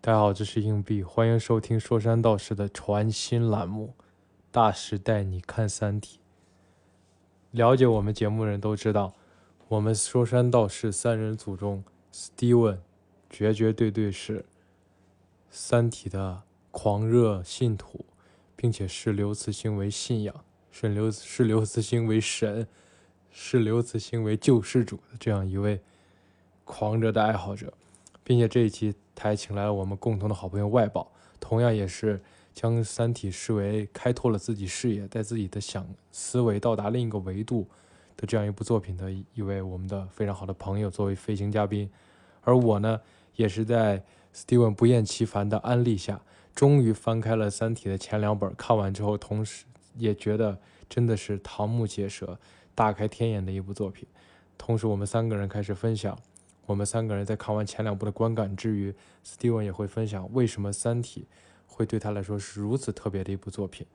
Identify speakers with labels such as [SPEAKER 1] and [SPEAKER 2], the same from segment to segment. [SPEAKER 1] 大家好，这是硬币，欢迎收听说山道士的传新栏目《大时代》，你看《三体》。了解我们节目的人都知道，我们说山道士三人组中，Steven 绝绝对对是《三体》的狂热信徒，并且视刘慈欣为信仰，视刘视刘慈欣为神，视刘慈欣为救世主的这样一位狂热的爱好者。并且这一期还请来了我们共同的好朋友外宝，同样也是将《三体》视为开拓了自己视野，在自己的想思维到达另一个维度的这样一部作品的一一位我们的非常好的朋友，作为飞行嘉宾。而我呢，也是在 Steven 不厌其烦的安利下，终于翻开了《三体》的前两本，看完之后，同时也觉得真的是瞠目结舌、大开天眼的一部作品。同时，我们三个人开始分享。我们三个人在看完前两部的观感之余，Steven 也会分享为什么《三体》会对他来说是如此特别的一部作品。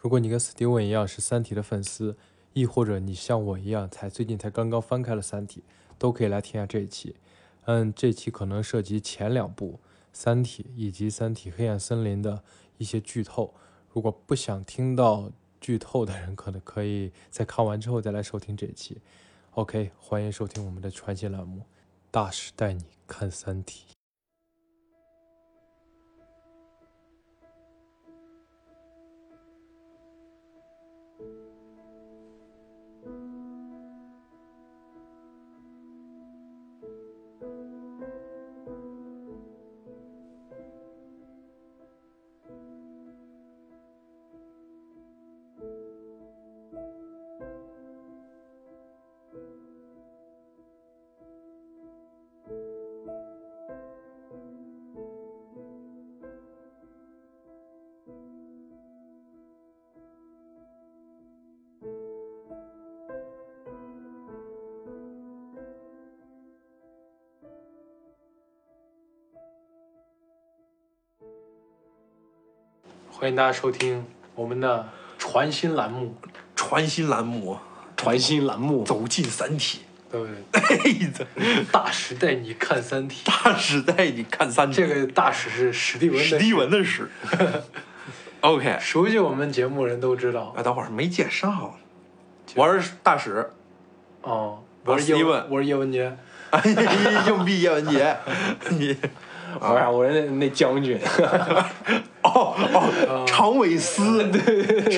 [SPEAKER 1] 如果你跟 Steven 一样是《三体》的粉丝，亦或者你像我一样才最近才刚刚翻开了《三体》，都可以来听下这一期。嗯，这期可能涉及前两部《三体》以及《三体：黑暗森林》的一些剧透。如果不想听到剧透的人，可能可以在看完之后再来收听这一期。OK，欢迎收听我们的传奇栏目。大师带你看《三体》。欢迎大家收听我们的传新栏目，
[SPEAKER 2] 传新栏目
[SPEAKER 1] 传新栏目，
[SPEAKER 2] 走进《三体
[SPEAKER 1] 对不对？》
[SPEAKER 2] 哎，
[SPEAKER 1] 大时代，你看《三体》，
[SPEAKER 2] 大时代你看《三体
[SPEAKER 1] 这》，个大使是史蒂文的
[SPEAKER 2] 史蒂文的史。OK，
[SPEAKER 1] 熟悉我们节目人都知道
[SPEAKER 2] 啊，等会儿没介绍呢，我是大使，
[SPEAKER 1] 哦。
[SPEAKER 2] 我
[SPEAKER 1] 我
[SPEAKER 2] 是
[SPEAKER 1] 是叶
[SPEAKER 2] Steven
[SPEAKER 1] 文，我是叶文杰，
[SPEAKER 2] 哎硬币叶文杰， 你
[SPEAKER 1] 我是我是那那将军，
[SPEAKER 2] 哦哦，长尾 司，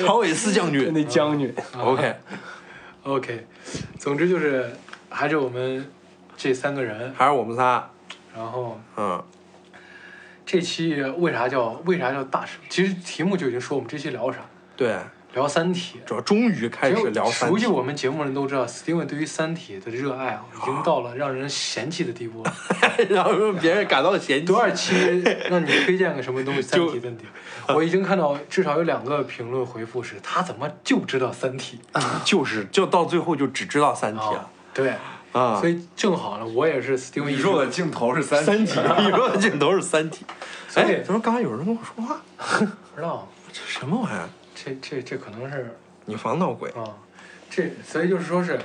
[SPEAKER 2] 长尾司将军
[SPEAKER 1] 那将军。
[SPEAKER 2] ，OK，
[SPEAKER 1] OK，总之就是还是我们这三个人，
[SPEAKER 2] 还是我们仨，
[SPEAKER 1] 然后
[SPEAKER 2] 嗯，
[SPEAKER 1] 这期为啥叫为啥叫大使？其实题目就已经说我们这期聊啥，
[SPEAKER 2] 对，
[SPEAKER 1] 聊《三体》。
[SPEAKER 2] 主要终于开始聊《三
[SPEAKER 1] 熟悉
[SPEAKER 2] 体》，
[SPEAKER 1] 我们节目的人都知道，Steven 对于《三体》的热爱啊，已经到了让人嫌弃的地步 了。
[SPEAKER 2] 然后让别人感到嫌弃
[SPEAKER 1] 多，少期让你推荐个什么东西《三体》问题？我已经看到至少有两个评论回复是，他怎么就知道《三体
[SPEAKER 2] 就是就到最后就只知道《三》体》
[SPEAKER 1] 啊
[SPEAKER 2] 了？
[SPEAKER 1] 对，
[SPEAKER 2] 啊，
[SPEAKER 1] 所以正好呢，我也是 Steven
[SPEAKER 3] 宇
[SPEAKER 1] 一
[SPEAKER 3] 宙
[SPEAKER 1] 说
[SPEAKER 3] 的尽头是三
[SPEAKER 2] 三体， 你说的镜头是三体。
[SPEAKER 1] 所以
[SPEAKER 2] 哎，怎么刚才有人跟我说话？
[SPEAKER 1] 不知道
[SPEAKER 2] 这什么玩意儿？
[SPEAKER 1] 这这这可能是
[SPEAKER 2] 你防闹鬼？
[SPEAKER 1] 啊，这所以就是说是，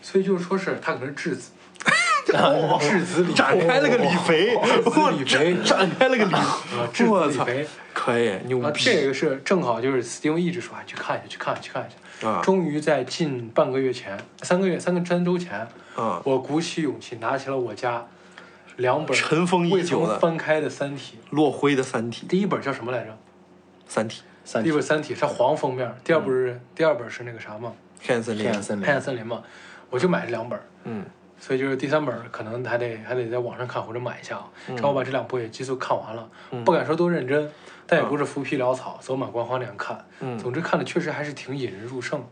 [SPEAKER 1] 所以就是说是他可能是质子，质子李
[SPEAKER 2] 哦展开了个李肥，
[SPEAKER 1] 哦李肥
[SPEAKER 2] 我展开了个
[SPEAKER 1] 啊，质
[SPEAKER 2] 李，
[SPEAKER 1] 子
[SPEAKER 2] 我
[SPEAKER 1] 李
[SPEAKER 2] 操，
[SPEAKER 1] 肥。
[SPEAKER 2] 可以牛
[SPEAKER 1] 啊，这
[SPEAKER 2] 逼
[SPEAKER 1] 个是正好就是 Steven 一直说，哎去看一下，去看一下，去看一下。
[SPEAKER 2] 啊
[SPEAKER 1] 终于在近半个月前，三个月、三个三周前，
[SPEAKER 2] 啊！
[SPEAKER 1] 我鼓起勇气拿起了我家两本
[SPEAKER 2] 尘封已
[SPEAKER 1] 未
[SPEAKER 2] 久
[SPEAKER 1] 曾
[SPEAKER 2] 的
[SPEAKER 1] 翻开的《三体
[SPEAKER 2] 落灰的三体》，，
[SPEAKER 1] 第一本叫什么来着？
[SPEAKER 2] 三体，
[SPEAKER 3] 三
[SPEAKER 1] 第一
[SPEAKER 3] 体
[SPEAKER 1] 本《三体》是黄封面，第
[SPEAKER 2] 嗯
[SPEAKER 1] 二本是、第二本是那个啥嘛，
[SPEAKER 2] 黑暗森
[SPEAKER 3] 黑
[SPEAKER 2] 林，
[SPEAKER 3] 暗森
[SPEAKER 1] 《
[SPEAKER 3] 林
[SPEAKER 1] 黑，暗森林》嘛，我就买了两本。
[SPEAKER 2] 嗯，
[SPEAKER 1] 所以就是第三本儿可能还得还得在网上看或者买一下啊。
[SPEAKER 3] 嗯
[SPEAKER 1] 正好把这两部也急速看完了，不敢说多认真，但也
[SPEAKER 3] 嗯
[SPEAKER 1] 不是浮皮潦草、走马观花那样看。总之看的确实还是挺引人入胜。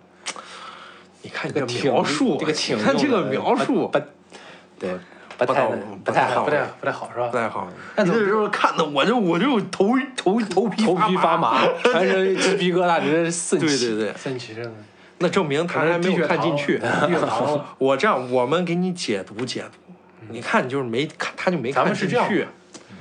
[SPEAKER 2] 你看你这
[SPEAKER 3] 挺
[SPEAKER 2] 描述，
[SPEAKER 3] 这个挺
[SPEAKER 2] 你看这
[SPEAKER 3] 用
[SPEAKER 2] 个
[SPEAKER 3] 的
[SPEAKER 2] 描述啊
[SPEAKER 3] 不，不对，不
[SPEAKER 2] 不
[SPEAKER 3] 太
[SPEAKER 2] 到
[SPEAKER 3] 不太
[SPEAKER 2] 好
[SPEAKER 1] 不太不太好是吧？
[SPEAKER 2] 不太好。
[SPEAKER 1] 那
[SPEAKER 2] 你
[SPEAKER 1] 怎么
[SPEAKER 2] 这时候看的我就我就头头头皮
[SPEAKER 3] 头皮发
[SPEAKER 2] 麻。
[SPEAKER 3] 麻，全身鸡皮疙瘩直接四起。
[SPEAKER 2] 对对对，
[SPEAKER 1] 三体真的
[SPEAKER 2] 那证明他还没有看进去。
[SPEAKER 1] 低血糖 了。
[SPEAKER 2] 我这样，我们给你解读解读，你看你就是没看，他就没
[SPEAKER 1] 咱
[SPEAKER 2] 看
[SPEAKER 1] 们是
[SPEAKER 2] 进
[SPEAKER 1] 这样
[SPEAKER 2] 去。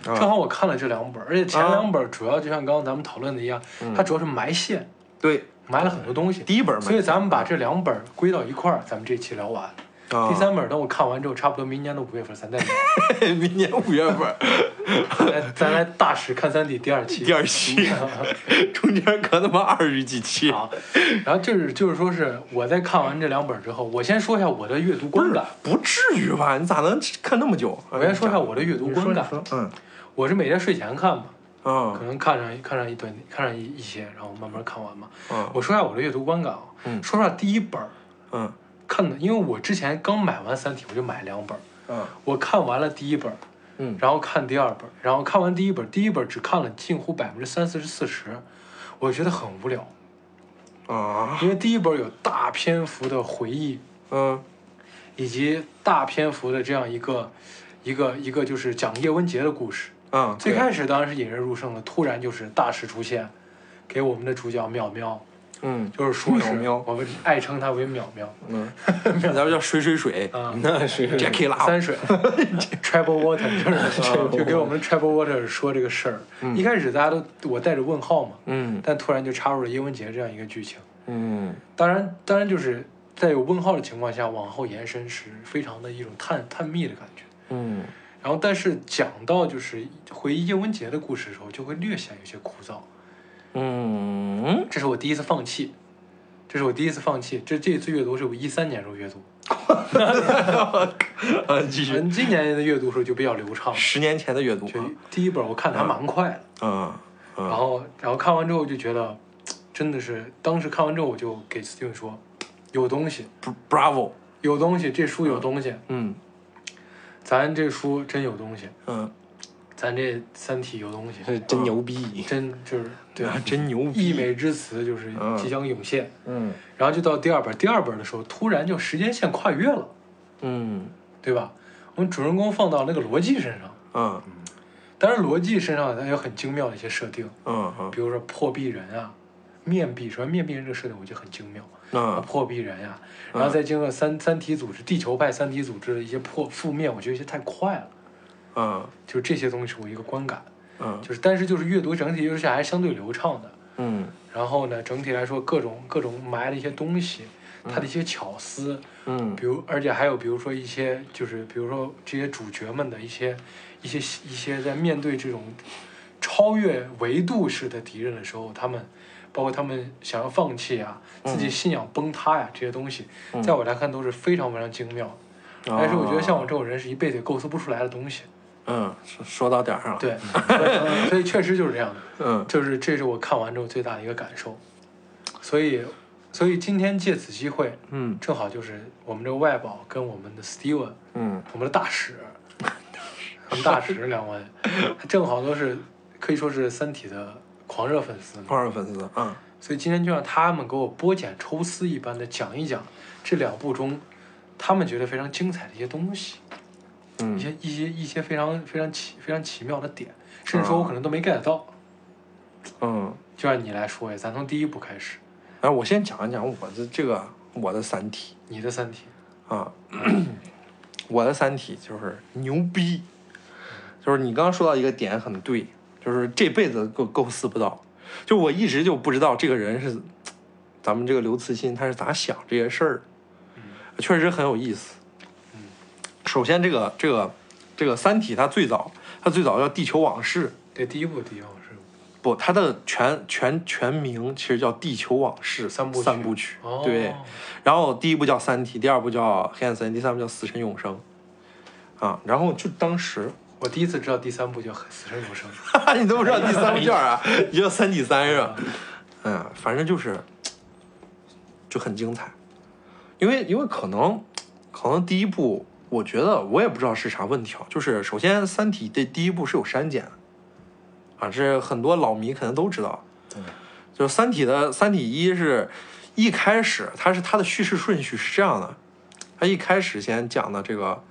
[SPEAKER 1] 正好我看了这两本儿，而且前两本儿主要就像刚刚咱们讨论的一样，
[SPEAKER 3] 嗯
[SPEAKER 1] 它主要是埋线，
[SPEAKER 2] 对，
[SPEAKER 1] 埋了很多东西。
[SPEAKER 2] 第一本嘛嗯
[SPEAKER 1] 所，以咱们把这两本儿归到一块儿，咱们这期聊完。
[SPEAKER 2] 啊
[SPEAKER 1] 第三本儿等我看完之后，差不多明年的五月份咱再聊。
[SPEAKER 2] 明年五月份儿，
[SPEAKER 1] 哎，
[SPEAKER 4] 咱来大使看三体第二 期。
[SPEAKER 2] 第二期，中间隔他妈二十几期，
[SPEAKER 4] 啊，然后就是就是说是我在看完这两本之后，我先说一下我的阅读
[SPEAKER 2] 不
[SPEAKER 4] 观
[SPEAKER 2] 是
[SPEAKER 4] 感。
[SPEAKER 2] 不至于吧？你咋能看那么久？哎
[SPEAKER 4] 我先说一下我的阅读
[SPEAKER 2] 你
[SPEAKER 4] 观
[SPEAKER 2] 说你
[SPEAKER 4] 感，
[SPEAKER 2] 说，嗯
[SPEAKER 4] 我是每天睡前看嘛，可
[SPEAKER 2] 啊
[SPEAKER 4] 能看上一看上一段，看上一一些，然后慢慢看完嘛。
[SPEAKER 2] 啊
[SPEAKER 4] 我说一下我的阅读观感啊，
[SPEAKER 2] 嗯
[SPEAKER 4] 说说第一本儿
[SPEAKER 2] 嗯
[SPEAKER 4] 看的，因为我之前刚买完《三体》，我就买两本儿，
[SPEAKER 2] 嗯
[SPEAKER 4] 我看完了第一本儿，
[SPEAKER 2] 嗯
[SPEAKER 4] 然后看第二本儿，然后看完第一本儿，第一本儿只看了近乎百分之三四十四十，我觉得很无聊，
[SPEAKER 2] 啊
[SPEAKER 4] 因为第一本儿有大篇幅的回忆
[SPEAKER 2] 嗯
[SPEAKER 4] 以及大篇幅的这样一个一个一个就是讲叶文洁的故事。
[SPEAKER 2] 嗯，
[SPEAKER 4] 最
[SPEAKER 2] 对
[SPEAKER 4] 开始当然是引人入胜的，突然就是大师出现，给我们的主角淼淼，
[SPEAKER 2] 嗯
[SPEAKER 4] 就是说是
[SPEAKER 2] 淼淼
[SPEAKER 4] 我们爱称他为淼淼
[SPEAKER 2] 嗯，那咱们叫水水 水
[SPEAKER 4] 啊，
[SPEAKER 1] 那是
[SPEAKER 2] ，Jackie 啦，
[SPEAKER 4] 三 水啊 Tribal Water 就是就给我们 Tribal Water 说这个事儿。一开始大家都我带着问号嘛，
[SPEAKER 2] 嗯
[SPEAKER 4] 但突然就插入了叶文洁这样一个剧情。
[SPEAKER 2] 嗯
[SPEAKER 4] 当然，当然就是在有问号的情况下往后延伸是非常的一种探探秘的感觉。
[SPEAKER 2] 嗯
[SPEAKER 4] 然后，但是讲到就是回忆叶文洁的故事的时候，就会略显有些枯燥。
[SPEAKER 2] 嗯，
[SPEAKER 4] 这是我第一次放弃，这是我第一次放弃。这这一次阅读是我一三年时候阅读，
[SPEAKER 2] 啊，继续，
[SPEAKER 4] 嗯，今年的阅读时候就比较流畅了。
[SPEAKER 2] 十年前的阅读
[SPEAKER 4] 就第一本我看的还蛮快的，
[SPEAKER 2] 啊，嗯
[SPEAKER 4] 然后然后看完之后就觉得，真的是当时看完之后我就给 Steven 说，有东西，
[SPEAKER 2] ，Bra- Bravo，
[SPEAKER 4] 有东西，这书有东西，
[SPEAKER 2] 嗯
[SPEAKER 4] 咱这书真有东西，
[SPEAKER 2] 嗯，
[SPEAKER 4] 咱这《三体》有东西，嗯
[SPEAKER 1] 是真牛逼，
[SPEAKER 4] 真就是
[SPEAKER 2] 对啊，真牛逼，
[SPEAKER 4] 溢美之词就是
[SPEAKER 2] 嗯
[SPEAKER 4] 即将涌现。
[SPEAKER 2] 嗯
[SPEAKER 4] 然后就到第二本，第二本的时候突然就时间线跨越了。
[SPEAKER 2] 嗯
[SPEAKER 4] 对吧？我们主人公放到那个罗辑身上，
[SPEAKER 2] 嗯
[SPEAKER 4] 当然罗辑身上它有很精妙的一些设定，
[SPEAKER 2] 嗯
[SPEAKER 4] 比如说破壁人啊、面壁，主要面壁人这个设定我觉得很精妙，啊
[SPEAKER 2] 嗯
[SPEAKER 4] 破壁人呀、然后再经过三三体组织、地球派三体组织的一些破覆灭，我觉得有些太快了，
[SPEAKER 2] 嗯
[SPEAKER 4] 就这些东西是我一个观感，
[SPEAKER 2] 嗯
[SPEAKER 4] 就是但是就是阅读整体阅读下来还相对流畅的，
[SPEAKER 2] 嗯
[SPEAKER 4] 然后呢，整体来说各种各种埋的一些东西，它的一些巧思，
[SPEAKER 2] 嗯
[SPEAKER 4] 比如，而且还有比如说一些，就是比如说这些主角们的一些、一些、一些在面对这种超越维度式的敌人的时候，他们包括他们想要放弃啊，自己信仰崩塌呀、这些东西，在我来看都是非常非常精妙的。
[SPEAKER 2] 哦
[SPEAKER 4] 但是我觉得像我这种人是一辈子也构思不出来的东西。
[SPEAKER 2] 嗯，说说到点儿上了，
[SPEAKER 4] 对，所以所以 确实就是这样的，
[SPEAKER 2] 嗯
[SPEAKER 4] 就是这是我看完之后最大的一个感受。所以，所以今天借此机会，
[SPEAKER 2] 嗯
[SPEAKER 4] 正好就是我们这个外保跟我们的 Steven。
[SPEAKER 2] 嗯
[SPEAKER 4] 我们的大使，我们大使两位，正好都是可以说是《三体》的狂热粉丝，
[SPEAKER 2] 多少粉丝啊？
[SPEAKER 4] 所以今天就让他们给我剥茧抽丝一般的讲一讲这两部中他们觉得非常精彩的一些东西，一
[SPEAKER 2] 嗯
[SPEAKER 4] 些一些一些非常非常奇非常奇妙的点，甚至说我
[SPEAKER 1] 啊
[SPEAKER 4] 可能都没 get 到，
[SPEAKER 2] 嗯，
[SPEAKER 4] 就让你来说呀，咱从第一部开始，
[SPEAKER 2] 哎，我先讲一讲我的这个我的《三体
[SPEAKER 4] 你的《三体》》
[SPEAKER 2] 啊，我的《三体》就是牛逼，就是你刚刚说到一个点很对，就是这辈子构构思不到，就我一直就不知道这个人是咱们这个刘慈欣他是咋想这些事儿的，确实很有意思。
[SPEAKER 4] 嗯
[SPEAKER 2] 首先、这个，这个这个《三体》它最早它最早叫《地球往事》，
[SPEAKER 4] 对第一部第一部是
[SPEAKER 2] 不，它的全全全名其实叫《地球往事》
[SPEAKER 4] 三部曲
[SPEAKER 2] 三部曲，
[SPEAKER 4] 哦，
[SPEAKER 2] 对。然后第一部叫《三体》，第二部叫《黑暗森林》，第三部叫《死神永生》。啊，然后就当时，
[SPEAKER 4] 我第一次知道第三部叫《死神永生》，
[SPEAKER 2] 你都不知道第三部叫啥，啊你叫《三体三》是吧？嗯，反正就是就很精彩，因为因为可能可能第一部，我觉得我也不知道是啥问题啊，就是首先《三体》的第一部是有删减的，啊，这很多老迷可能都知道，
[SPEAKER 1] 对，
[SPEAKER 2] 就是《三体》的《三体一》是一开始它是它的叙事顺序是这样的，它一开始先讲的这个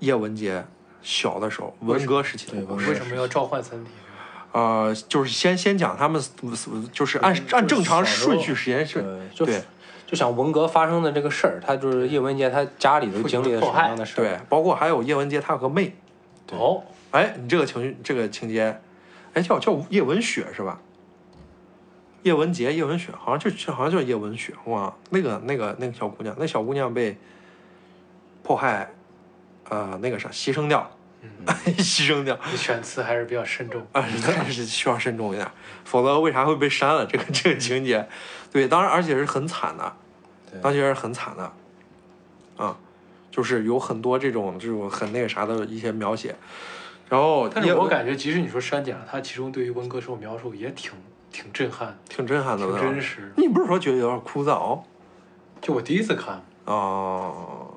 [SPEAKER 2] 叶文洁小的时候，文革时期的
[SPEAKER 1] 对
[SPEAKER 2] 故
[SPEAKER 1] 文
[SPEAKER 2] 事
[SPEAKER 1] 是革
[SPEAKER 4] 为什么要召唤三体？
[SPEAKER 2] 呃，就是先先讲他们就是
[SPEAKER 1] 嗯
[SPEAKER 2] 按
[SPEAKER 1] 就是
[SPEAKER 2] 按正常
[SPEAKER 1] 小时候
[SPEAKER 2] 顺序时间是，
[SPEAKER 1] 就
[SPEAKER 2] 对
[SPEAKER 1] 就想文革发生的这个事儿，他就是叶文洁他家里头经历了什么样的事儿？
[SPEAKER 2] 对，包括还有叶文洁他有个妹，
[SPEAKER 1] 对
[SPEAKER 4] 哦，
[SPEAKER 2] 哎，你这个情绪这个情节，哎叫叫叶文雪是吧？叶文洁、叶文雪，好像就好像叫叶文雪哇，那个那个那个小姑娘，那小姑娘被迫害，呃，那个啥牺牲掉，
[SPEAKER 1] 嗯
[SPEAKER 2] 牺牲掉，
[SPEAKER 4] 选词还是比较慎重。
[SPEAKER 2] 啊，但是需要慎重一点，否则为啥会被删了？这个这个情节，对，当然而且是很惨的，
[SPEAKER 3] 对
[SPEAKER 2] 当时是很惨的，啊，就是有很多这种这种很那个啥的一些描写，然后
[SPEAKER 4] 但
[SPEAKER 2] 也
[SPEAKER 4] 是我感觉，即使你说删减了，他其中对于文革时候描述也挺挺震撼，
[SPEAKER 2] 挺震撼的，
[SPEAKER 4] 挺
[SPEAKER 2] 对吧
[SPEAKER 4] 真实。
[SPEAKER 2] 你不是说觉得有点枯燥
[SPEAKER 4] 就我第一次看，
[SPEAKER 2] 哦，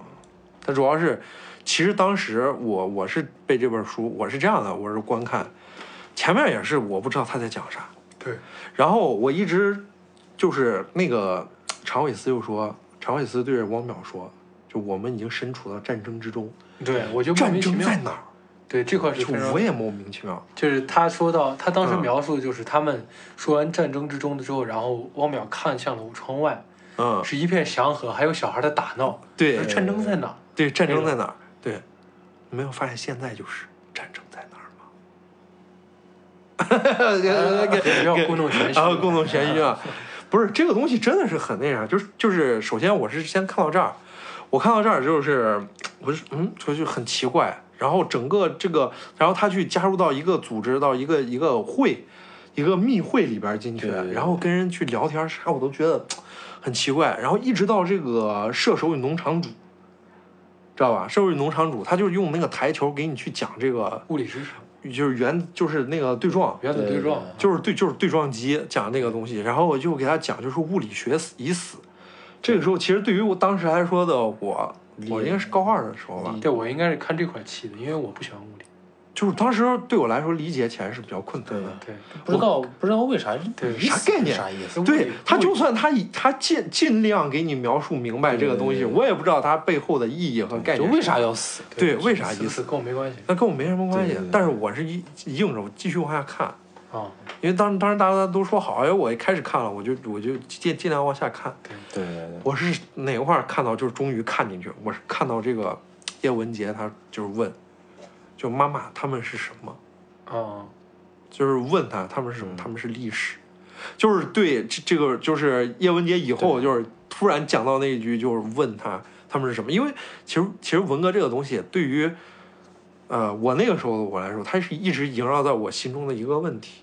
[SPEAKER 2] 它主要是，其实当时我我是被这本书，我是这样的，我是观看，前面也是我不知道他在讲啥，
[SPEAKER 4] 对，
[SPEAKER 2] 然后我一直就是那个常伟思就说，常伟思对着汪淼说，就我们已经身处到战争之中，
[SPEAKER 4] 对我就莫
[SPEAKER 2] 战
[SPEAKER 4] 名其
[SPEAKER 2] 争
[SPEAKER 4] 妙
[SPEAKER 2] 在。哪儿？
[SPEAKER 4] 对这块是
[SPEAKER 2] 就
[SPEAKER 4] 非常
[SPEAKER 2] 我也莫名其妙。
[SPEAKER 4] 就是他说到，他当时
[SPEAKER 2] 嗯
[SPEAKER 4] 描述就是他们说完战争之中的之后，然后汪淼看向了窗外，
[SPEAKER 2] 嗯，
[SPEAKER 4] 是一片祥和，还有小孩在打闹。
[SPEAKER 2] 对
[SPEAKER 4] 说战争在哪？
[SPEAKER 2] 对，战争在哪儿？对，没有发现现在就是战争在哪儿吗？
[SPEAKER 4] 啊不要故弄玄虚
[SPEAKER 2] 然。 后共同玄虚啊，不是这个东西真的是很那啥，就是就是，首先我是先看到这儿，我看到这儿就是，我就嗯，就就很奇怪，然后整个这个，然后他去加入到一个组织到一个一个会，一个密会里边进去，
[SPEAKER 3] 对对对
[SPEAKER 2] 然后跟人去聊天啥，我都觉得很奇怪，然后一直到这个射手与农场主。知道吧？射手与农场主，他就是用那个台球给你去讲这个，
[SPEAKER 4] 物理知识，
[SPEAKER 2] 就是原就是那个对撞，
[SPEAKER 4] 原子对撞，
[SPEAKER 2] 就是对，就是对撞机讲那个东西，然后我就给他讲，就是物理学死已死。这个时候，其实对于我当时来说的我，我应该是高二的时候吧，
[SPEAKER 4] 对我应该是看这块气的，因为我不喜欢物理。
[SPEAKER 2] 就是当时对我来说理解起来是比较困难的。
[SPEAKER 4] 对，
[SPEAKER 3] 不知道不知道为啥
[SPEAKER 4] 对
[SPEAKER 3] 意思
[SPEAKER 2] 啥概念
[SPEAKER 3] 啥意思？
[SPEAKER 2] 对他，就
[SPEAKER 4] 算。
[SPEAKER 2] 算他以他尽尽量给你描述明白这个东西，
[SPEAKER 3] 对对对
[SPEAKER 2] 我也不知道它背后的意义和概
[SPEAKER 3] 就
[SPEAKER 2] 念。
[SPEAKER 3] 为啥要死？
[SPEAKER 2] 对为啥意思
[SPEAKER 4] 思？跟我没关系
[SPEAKER 2] 那跟我没什么关系。
[SPEAKER 3] 对对对
[SPEAKER 2] 但是我是一硬着我继续往下看，
[SPEAKER 4] 啊。
[SPEAKER 2] 因为当当时大家都说好，哎，我一开始看了，我就我就尽尽量往下看。
[SPEAKER 3] 对对对，
[SPEAKER 2] 我是哪块儿看到，就是终于看进去，我是看到这个叶文洁，他就是问，就妈妈他们是什么，
[SPEAKER 4] 啊，
[SPEAKER 2] 就是问他他们是什么，他们是历史，就是对这这个就是叶文洁以后就是突然讲到那一句，就是问他他们是什么，因为其实其实文革这个东西对于，呃，我那个时候的我来说，它是一直萦绕在我心中的一个问题，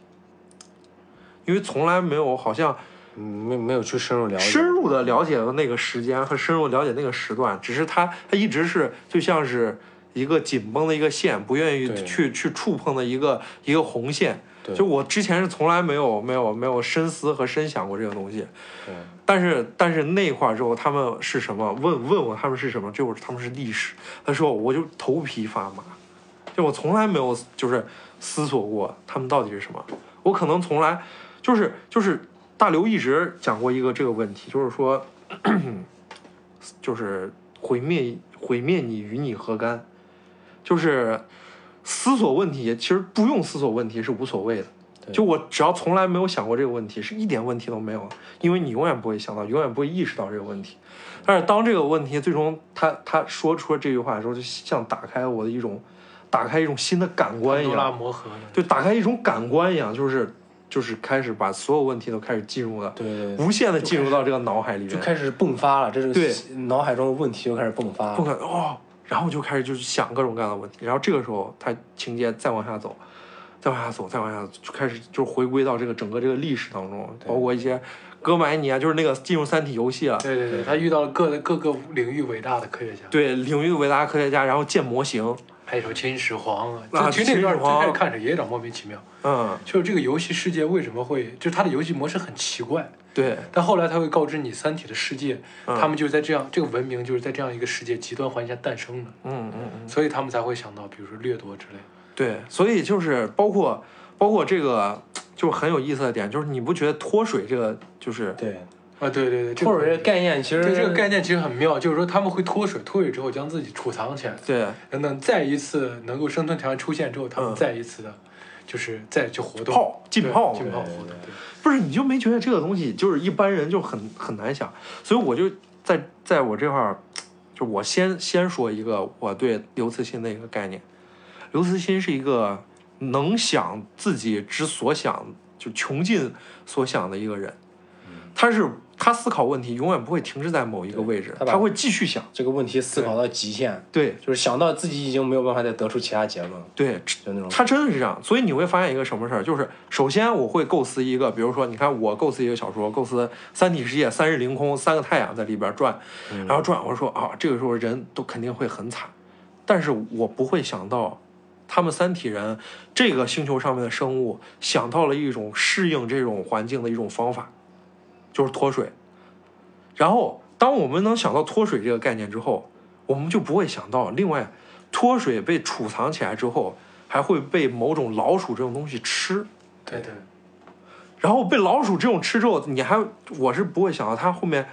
[SPEAKER 2] 因为从来没有好像。
[SPEAKER 3] 嗯没没有去深入了解，
[SPEAKER 2] 深入的了解了那个时间和深入了解那个时段，只是他他一直是就像是一个紧绷的一个线，不愿意
[SPEAKER 3] 对
[SPEAKER 2] 去去触碰的一个一个红线。
[SPEAKER 3] 对
[SPEAKER 2] 就我之前是从来没有没有没有深思和深想过这个东西，
[SPEAKER 3] 对
[SPEAKER 2] 但是但是那块儿之后他们是什么？问问我他们是什么？这会儿他们是历史。他说我就头皮发麻，就我从来没有就是思索过他们到底是什么。我可能从来就是就是大刘一直讲过一个这个问题，就是说， 就是毁灭毁灭你与你何干？就是思索问题，其实不用思索问题是无所谓的。
[SPEAKER 3] 对
[SPEAKER 2] 就我只要从来没有想过这个问题，是一点问题都没有，因为你永远不会想到，永远不会意识到这个问题。但是当这个问题最终他他说出了这句话的时候，就像打开我的一种，打开一种新的感官一
[SPEAKER 4] 多
[SPEAKER 2] 样，
[SPEAKER 4] 拉磨合的，
[SPEAKER 2] 就打开一种感官一样，就是就是开始把所有问题都开始进入了，
[SPEAKER 3] 对对，
[SPEAKER 2] 无限的进入到这个脑海里
[SPEAKER 3] 就
[SPEAKER 2] 面，
[SPEAKER 3] 开始迸发了，这是
[SPEAKER 2] 对
[SPEAKER 3] 脑海中的问题就开始迸发
[SPEAKER 2] 不
[SPEAKER 3] 了，
[SPEAKER 2] 可哦，然后就开始就是想各种各样的问题，然后这个时候他情节再往下走，再往下走，再往下走，就开始就回归到这个整个这个历史当中，
[SPEAKER 3] 对
[SPEAKER 2] 包括一些哥白尼啊，就是那个进入《三体》游戏啊，
[SPEAKER 4] 对对对，他遇到了各各个领域伟大的科学家，
[SPEAKER 2] 对领域伟大科学家，然后建模型，
[SPEAKER 4] 还有什么秦始皇啊，
[SPEAKER 2] 啊
[SPEAKER 4] 就其实那
[SPEAKER 2] 秦
[SPEAKER 4] 段
[SPEAKER 2] 始皇
[SPEAKER 4] 最开始看着也有点莫名其妙，
[SPEAKER 2] 嗯，
[SPEAKER 4] 就是这个游戏世界为什么会，就是它的游戏模式很奇怪，
[SPEAKER 2] 对，
[SPEAKER 4] 但后来他会告知你《三体》的世界，
[SPEAKER 2] 嗯
[SPEAKER 4] 他们就是在这样这个文明就是在这样一个世界极端环境下诞生的，
[SPEAKER 2] 嗯嗯嗯，
[SPEAKER 4] 所以他们才会想到比如说掠夺之类的。
[SPEAKER 2] 对，所以就是包括包括这个就是很有意思的点，就是你不觉得脱水这个就是
[SPEAKER 3] 对，
[SPEAKER 4] 啊，对对对，这个
[SPEAKER 3] 或者这个概念其实
[SPEAKER 4] 对这个概念其实很妙，就是说他们会脱水，脱水之后将自己储藏起来，
[SPEAKER 2] 对
[SPEAKER 4] 等等再一次能够生存条件出现之后，他
[SPEAKER 2] 嗯
[SPEAKER 4] 们再一次的，就是再去活动
[SPEAKER 2] 泡浸
[SPEAKER 4] 对
[SPEAKER 2] 泡嘛
[SPEAKER 4] 浸泡活
[SPEAKER 3] 对
[SPEAKER 4] 动，
[SPEAKER 3] 对
[SPEAKER 4] 对
[SPEAKER 2] 不是，你就没觉得这个东西就是一般人就很很难想，所以我就在在我这块儿，就我先先说一个我对刘慈欣的一个概念。刘慈欣是一个
[SPEAKER 4] 嗯
[SPEAKER 2] 能想自己之所想，就穷尽所想的一个人。他是他思考问题永远不会停滞在某一个位置，
[SPEAKER 3] 他把
[SPEAKER 2] 他会继续想。
[SPEAKER 3] 这个问题思考到极限，
[SPEAKER 2] 对
[SPEAKER 3] 就是想到自己已经没有办法再得出其他结论了，
[SPEAKER 2] 对，
[SPEAKER 3] 就那种。
[SPEAKER 2] 他真的是这样，所以你会发现一个什么事儿，就是首先我会构思一个，比如说，你看我构思一个小说，构思三体世界、三日凌空、三个太阳在里边转，然后转，我说啊，这个时候人都肯定会很惨，但是我不会想到，他们三体人这个星球上面的生物想到了一种适应这种环境的一种方法，就是脱水。然后，当我们能想到脱水这个概念之后，我们就不会想到另外脱水被储藏起来之后，还会被某种老鼠这种东西吃。
[SPEAKER 4] 对对，
[SPEAKER 2] 然后被老鼠这种吃之后，你还我是不会想到它后面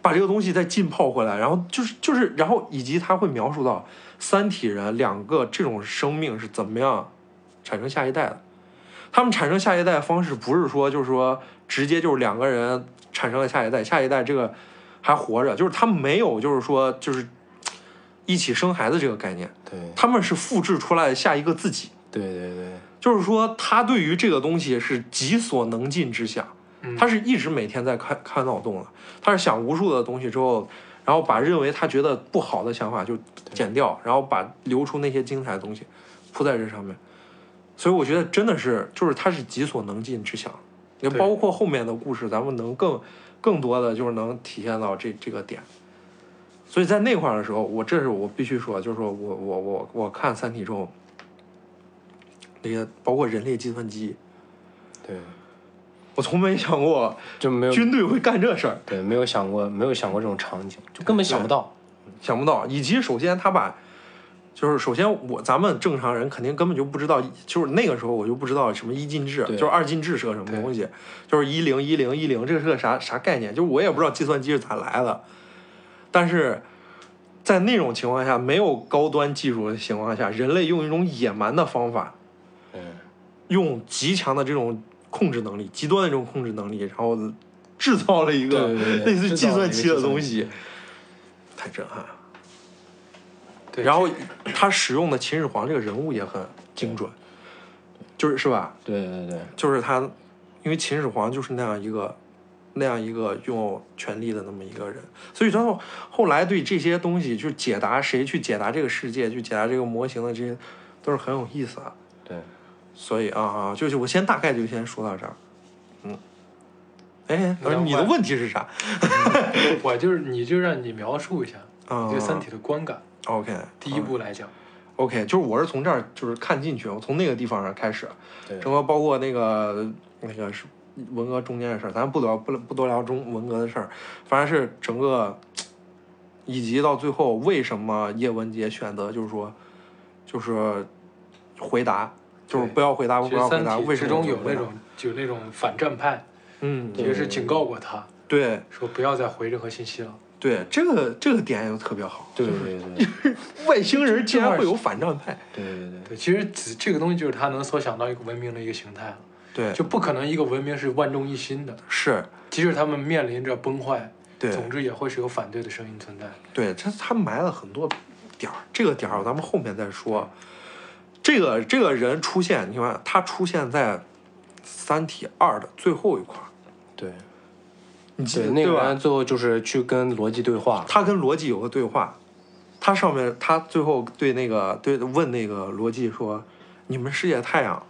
[SPEAKER 2] 把这个东西再浸泡回来，然后就是就是，然后以及他会描述到三体人两个这种生命是怎么样产生下一代的。他们产生下一代的方式不是说就是说直接就是两个人产生了下一代，下一代这个还活着，就是他们没有就是说就是一起生孩子这个概念，
[SPEAKER 3] 对
[SPEAKER 2] 他们是复制出来的下一个自己。
[SPEAKER 3] 对对对，
[SPEAKER 2] 就是说他对于这个东西是己所能尽之想，
[SPEAKER 4] 嗯
[SPEAKER 2] 他是一直每天在开开脑洞的，他是想无数的东西之后，然后把认为他觉得不好的想法就剪掉，然后把留出那些精彩的东西铺在这上面。所以我觉得真的是，就是他是己所能尽之想，也
[SPEAKER 4] 对
[SPEAKER 2] 包括后面的故事，咱们能更更多的就是能体现到这这个点。所以在那块儿的时候，我这是我必须说，就是说我我我我看《三体》之后，那些包括人类计算机，
[SPEAKER 3] 对，
[SPEAKER 2] 我从没想过
[SPEAKER 3] 就没有
[SPEAKER 2] 军队会干这事儿，
[SPEAKER 3] 对没有想过没有想过这种场景，就根本想不到。
[SPEAKER 2] 想不到。以及首先他把，就是首先我咱们正常人肯定根本就不知道，就是那个时候我就不知道什么一进制，
[SPEAKER 3] 对
[SPEAKER 2] 就是二进制是个什么东西，就是一零一零一零这是个啥啥概念，就是我也不知道计算机是咋来的。但是在那种情况下，没有高端技术的情况下，人类用一种野蛮的方法，
[SPEAKER 3] 嗯，
[SPEAKER 2] 用极强的这种控制能力、极端的这种控制能力，然后制造了一个
[SPEAKER 3] 对对对
[SPEAKER 2] 类似于
[SPEAKER 3] 制
[SPEAKER 2] 计
[SPEAKER 3] 造了一
[SPEAKER 2] 算
[SPEAKER 3] 个
[SPEAKER 2] 机的
[SPEAKER 3] 计算
[SPEAKER 2] 东
[SPEAKER 3] 机
[SPEAKER 2] 西，太震撼了。
[SPEAKER 4] 对
[SPEAKER 2] 然后他使用的秦始皇这个人物也很精准，就是是吧？
[SPEAKER 3] 对对对
[SPEAKER 2] 就是他，因为秦始皇就是那样一个那样一个拥有权力的那么一个人，所以他后后来对这些东西去解答谁去解答这个世界，去解答这个模型的这些，都是很有意思啊。
[SPEAKER 3] 对，
[SPEAKER 2] 所以啊啊，就是我先大概就先说到这儿，嗯。哎，
[SPEAKER 4] 那
[SPEAKER 2] 你的
[SPEAKER 4] 我
[SPEAKER 2] 问题是啥？
[SPEAKER 4] 我就是你就让你描述一下
[SPEAKER 2] 啊
[SPEAKER 4] 你对《三体》的观感。
[SPEAKER 2] OK，
[SPEAKER 4] 第一步来讲，
[SPEAKER 2] 嗯 OK，就是我是从这儿就是看进去，我从那个地方上开始，
[SPEAKER 3] 对
[SPEAKER 2] 整个包括那个那个是文革中间的事儿，咱不聊不不多聊中文革的事儿，反正是整个以及到最后为什么叶文洁选择就是说就是回答，就是
[SPEAKER 4] 对
[SPEAKER 2] 不要回答
[SPEAKER 4] 其
[SPEAKER 2] 不
[SPEAKER 4] 实《
[SPEAKER 2] 要
[SPEAKER 4] 三
[SPEAKER 2] 回
[SPEAKER 4] 体
[SPEAKER 2] 答，为》什
[SPEAKER 4] 之
[SPEAKER 2] 么
[SPEAKER 4] 中
[SPEAKER 2] 不
[SPEAKER 4] 有
[SPEAKER 2] 回
[SPEAKER 4] 那
[SPEAKER 2] 答
[SPEAKER 4] 种有那种反战派，
[SPEAKER 2] 嗯
[SPEAKER 4] 其实是警告过他，
[SPEAKER 2] 对
[SPEAKER 4] 说不要再回任何信息了。
[SPEAKER 2] 对这个这个点又特别好，
[SPEAKER 3] 对对对
[SPEAKER 2] 外星人竟然会有反战派，
[SPEAKER 3] 对对对，
[SPEAKER 4] 对，其实只这个东西就是他能所想到一个文明的一个形态了，
[SPEAKER 2] 对
[SPEAKER 4] 就不可能一个文明是万众一心的，
[SPEAKER 2] 是
[SPEAKER 4] 即使他们面临着崩坏，
[SPEAKER 2] 对
[SPEAKER 4] 总之也会是有反对的声音存在。
[SPEAKER 2] 对，他他埋了很多点儿，这个点儿咱们后面再说。这个这个人出现，你看他出现在《三体二》的最后一块儿，
[SPEAKER 3] 对
[SPEAKER 2] 你记
[SPEAKER 3] 对，
[SPEAKER 2] 得
[SPEAKER 3] 那个人
[SPEAKER 2] 吧？
[SPEAKER 3] 最后就是去跟逻辑对话，
[SPEAKER 2] 他跟罗辑有个对话，他上面他最后对那个对问那个罗辑说：“你们世界太阳，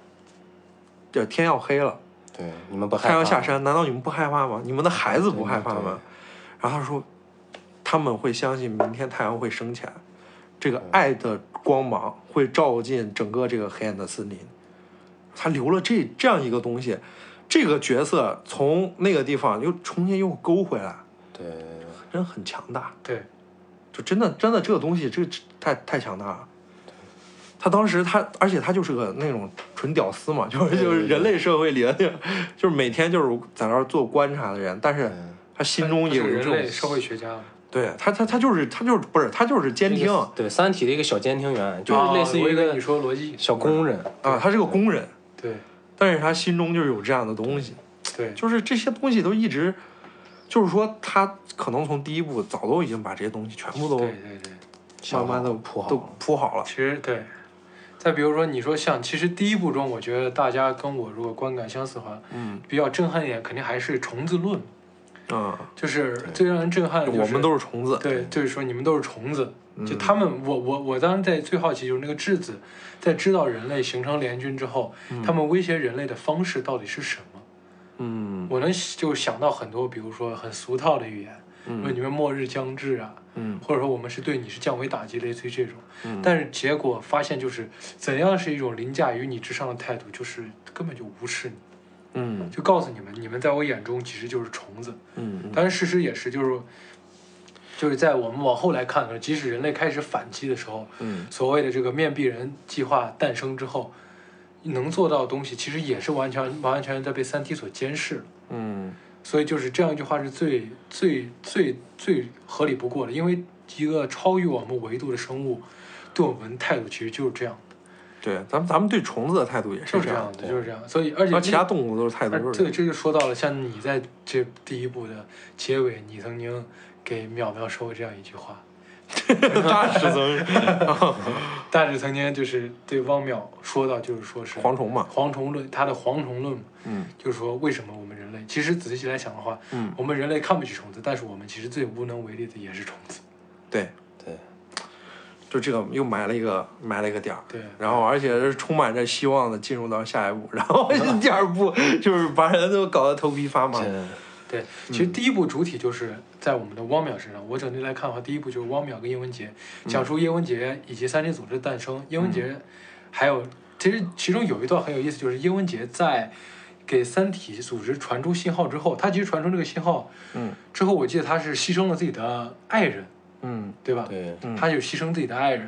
[SPEAKER 2] 这天要黑了，
[SPEAKER 3] 对你们不害
[SPEAKER 2] 太
[SPEAKER 3] 怕
[SPEAKER 2] 阳下山，难道你们不害怕吗？你们的孩子不害怕
[SPEAKER 3] 对对
[SPEAKER 2] 吗？”然后他说：“他们会相信明天太阳会升起来，这
[SPEAKER 3] 嗯
[SPEAKER 2] 个爱的光芒会照进整个这个黑暗的森林。”他留了这这样一个东西，这个角色从那个地方又重新又勾回来，
[SPEAKER 3] 对对对
[SPEAKER 2] 人很强大，
[SPEAKER 4] 对，
[SPEAKER 2] 就真的真的这个东西，这这太太强大了。他当时他，而且他就是个那种纯屌丝嘛， 就是就是人类社会里的那种，就是每天就是在那儿做观察的人，但是
[SPEAKER 3] 嗯
[SPEAKER 2] 他心中
[SPEAKER 4] 他
[SPEAKER 2] 也有
[SPEAKER 4] 是
[SPEAKER 2] 一
[SPEAKER 4] 人
[SPEAKER 2] 种
[SPEAKER 4] 类社会学家，
[SPEAKER 2] 对他，他他就是他就是不是他就是监听啊
[SPEAKER 3] 这个对《三体》的一个小监听员，就是
[SPEAKER 4] 啊
[SPEAKER 3] 类似
[SPEAKER 4] 我
[SPEAKER 3] 于
[SPEAKER 4] 以
[SPEAKER 3] 一
[SPEAKER 4] 为你
[SPEAKER 3] 个
[SPEAKER 4] 说逻辑，
[SPEAKER 3] 小工人，
[SPEAKER 2] 啊，他是个工人，
[SPEAKER 4] 对
[SPEAKER 2] 但是他心中就是有这样的东西，
[SPEAKER 4] 对
[SPEAKER 2] 就是这些东西都一直，就是说他可能从第一步早都已经把这些东西全部都
[SPEAKER 4] 对对对。
[SPEAKER 2] 慢慢的
[SPEAKER 3] 想好铺好
[SPEAKER 2] 都
[SPEAKER 3] 了
[SPEAKER 2] 铺好了，
[SPEAKER 4] 其实对，再比如说你说像，其实第一部中，我觉得大家跟我如果观感相似的话，
[SPEAKER 2] 嗯
[SPEAKER 4] 比较震撼一点，肯定还是虫子论。
[SPEAKER 2] 嗯，
[SPEAKER 4] 就是最让人震撼的、就是，
[SPEAKER 2] 我们都是嗯虫子，
[SPEAKER 4] 对，就是说你们都是虫子，就他们，我我我当时在最好奇就是那个质子，在知道人类形成联军之后，他们威胁人类的方式到底是什么？
[SPEAKER 2] 嗯
[SPEAKER 4] 我能就想到很多，比如说很俗套的语言，问你们末日将至啊，
[SPEAKER 2] 嗯
[SPEAKER 4] 或者说我们是对你是降维打击，类似于这种。
[SPEAKER 2] 嗯
[SPEAKER 4] 但是结果发现就是怎样是一种凌驾于你之上的态度，就是根本就无视你，
[SPEAKER 2] 嗯
[SPEAKER 4] 就告诉你们，你们在我眼中其实就是虫子。
[SPEAKER 2] 嗯
[SPEAKER 4] 但是事实也是，就是就是在我们往后来看的时候，即使人类开始反击的时候，
[SPEAKER 2] 嗯
[SPEAKER 4] 所谓的这个面壁人计划诞生之后，能做到的东西，其实也是完全完完全全在被三体所监视了。
[SPEAKER 2] 嗯
[SPEAKER 4] 所以就是这样一句话是最最最最合理不过的，因为一个超越我们维度的生物，对我们态度其实就是这样，
[SPEAKER 2] 对，咱们咱们对虫子的态度也
[SPEAKER 4] 就是是这样
[SPEAKER 2] 的，哦
[SPEAKER 4] 的，就是这样。所以而且
[SPEAKER 2] 而其他动物都是态度
[SPEAKER 4] 而
[SPEAKER 2] 都是
[SPEAKER 4] 对，这就说到了，像你在这第一部的结尾，你曾经给淼淼说过这样一句话，
[SPEAKER 2] 扎实增
[SPEAKER 4] 大致曾经就是对汪淼说到，就是说 是
[SPEAKER 2] 蝗虫嘛，
[SPEAKER 4] 蝗虫论，他的蝗虫论，
[SPEAKER 2] 嗯
[SPEAKER 4] 就是说为什么我们人类，其实仔细来想的话，
[SPEAKER 2] 嗯，
[SPEAKER 4] 我们人类看不起虫子，但是我们其实最无能为力的也是虫子，
[SPEAKER 2] 对，
[SPEAKER 3] 对，
[SPEAKER 2] 就这个又埋了一个埋了一个点儿。
[SPEAKER 4] 对。
[SPEAKER 2] 然后，而且是充满着希望的进入到下一步，然后第二步 就是把人都搞得头皮发麻。
[SPEAKER 3] 这
[SPEAKER 2] 嗯
[SPEAKER 4] 对，其实第一部主体就是在我们的汪淼身上。我整体来看的话，第一部就是汪淼跟叶文洁，
[SPEAKER 2] 嗯
[SPEAKER 4] 讲述叶文洁以及三体组织的诞生。叶文洁还有，其实其中有一段很有意思，就是叶文洁在给三体组织传出信号之后，他其实传出这个信号
[SPEAKER 2] 嗯
[SPEAKER 4] 之后，我记得他是牺牲了自己的爱人，
[SPEAKER 2] 嗯，
[SPEAKER 4] 对吧？
[SPEAKER 3] 对
[SPEAKER 2] 嗯
[SPEAKER 4] 他就牺牲自己的爱人，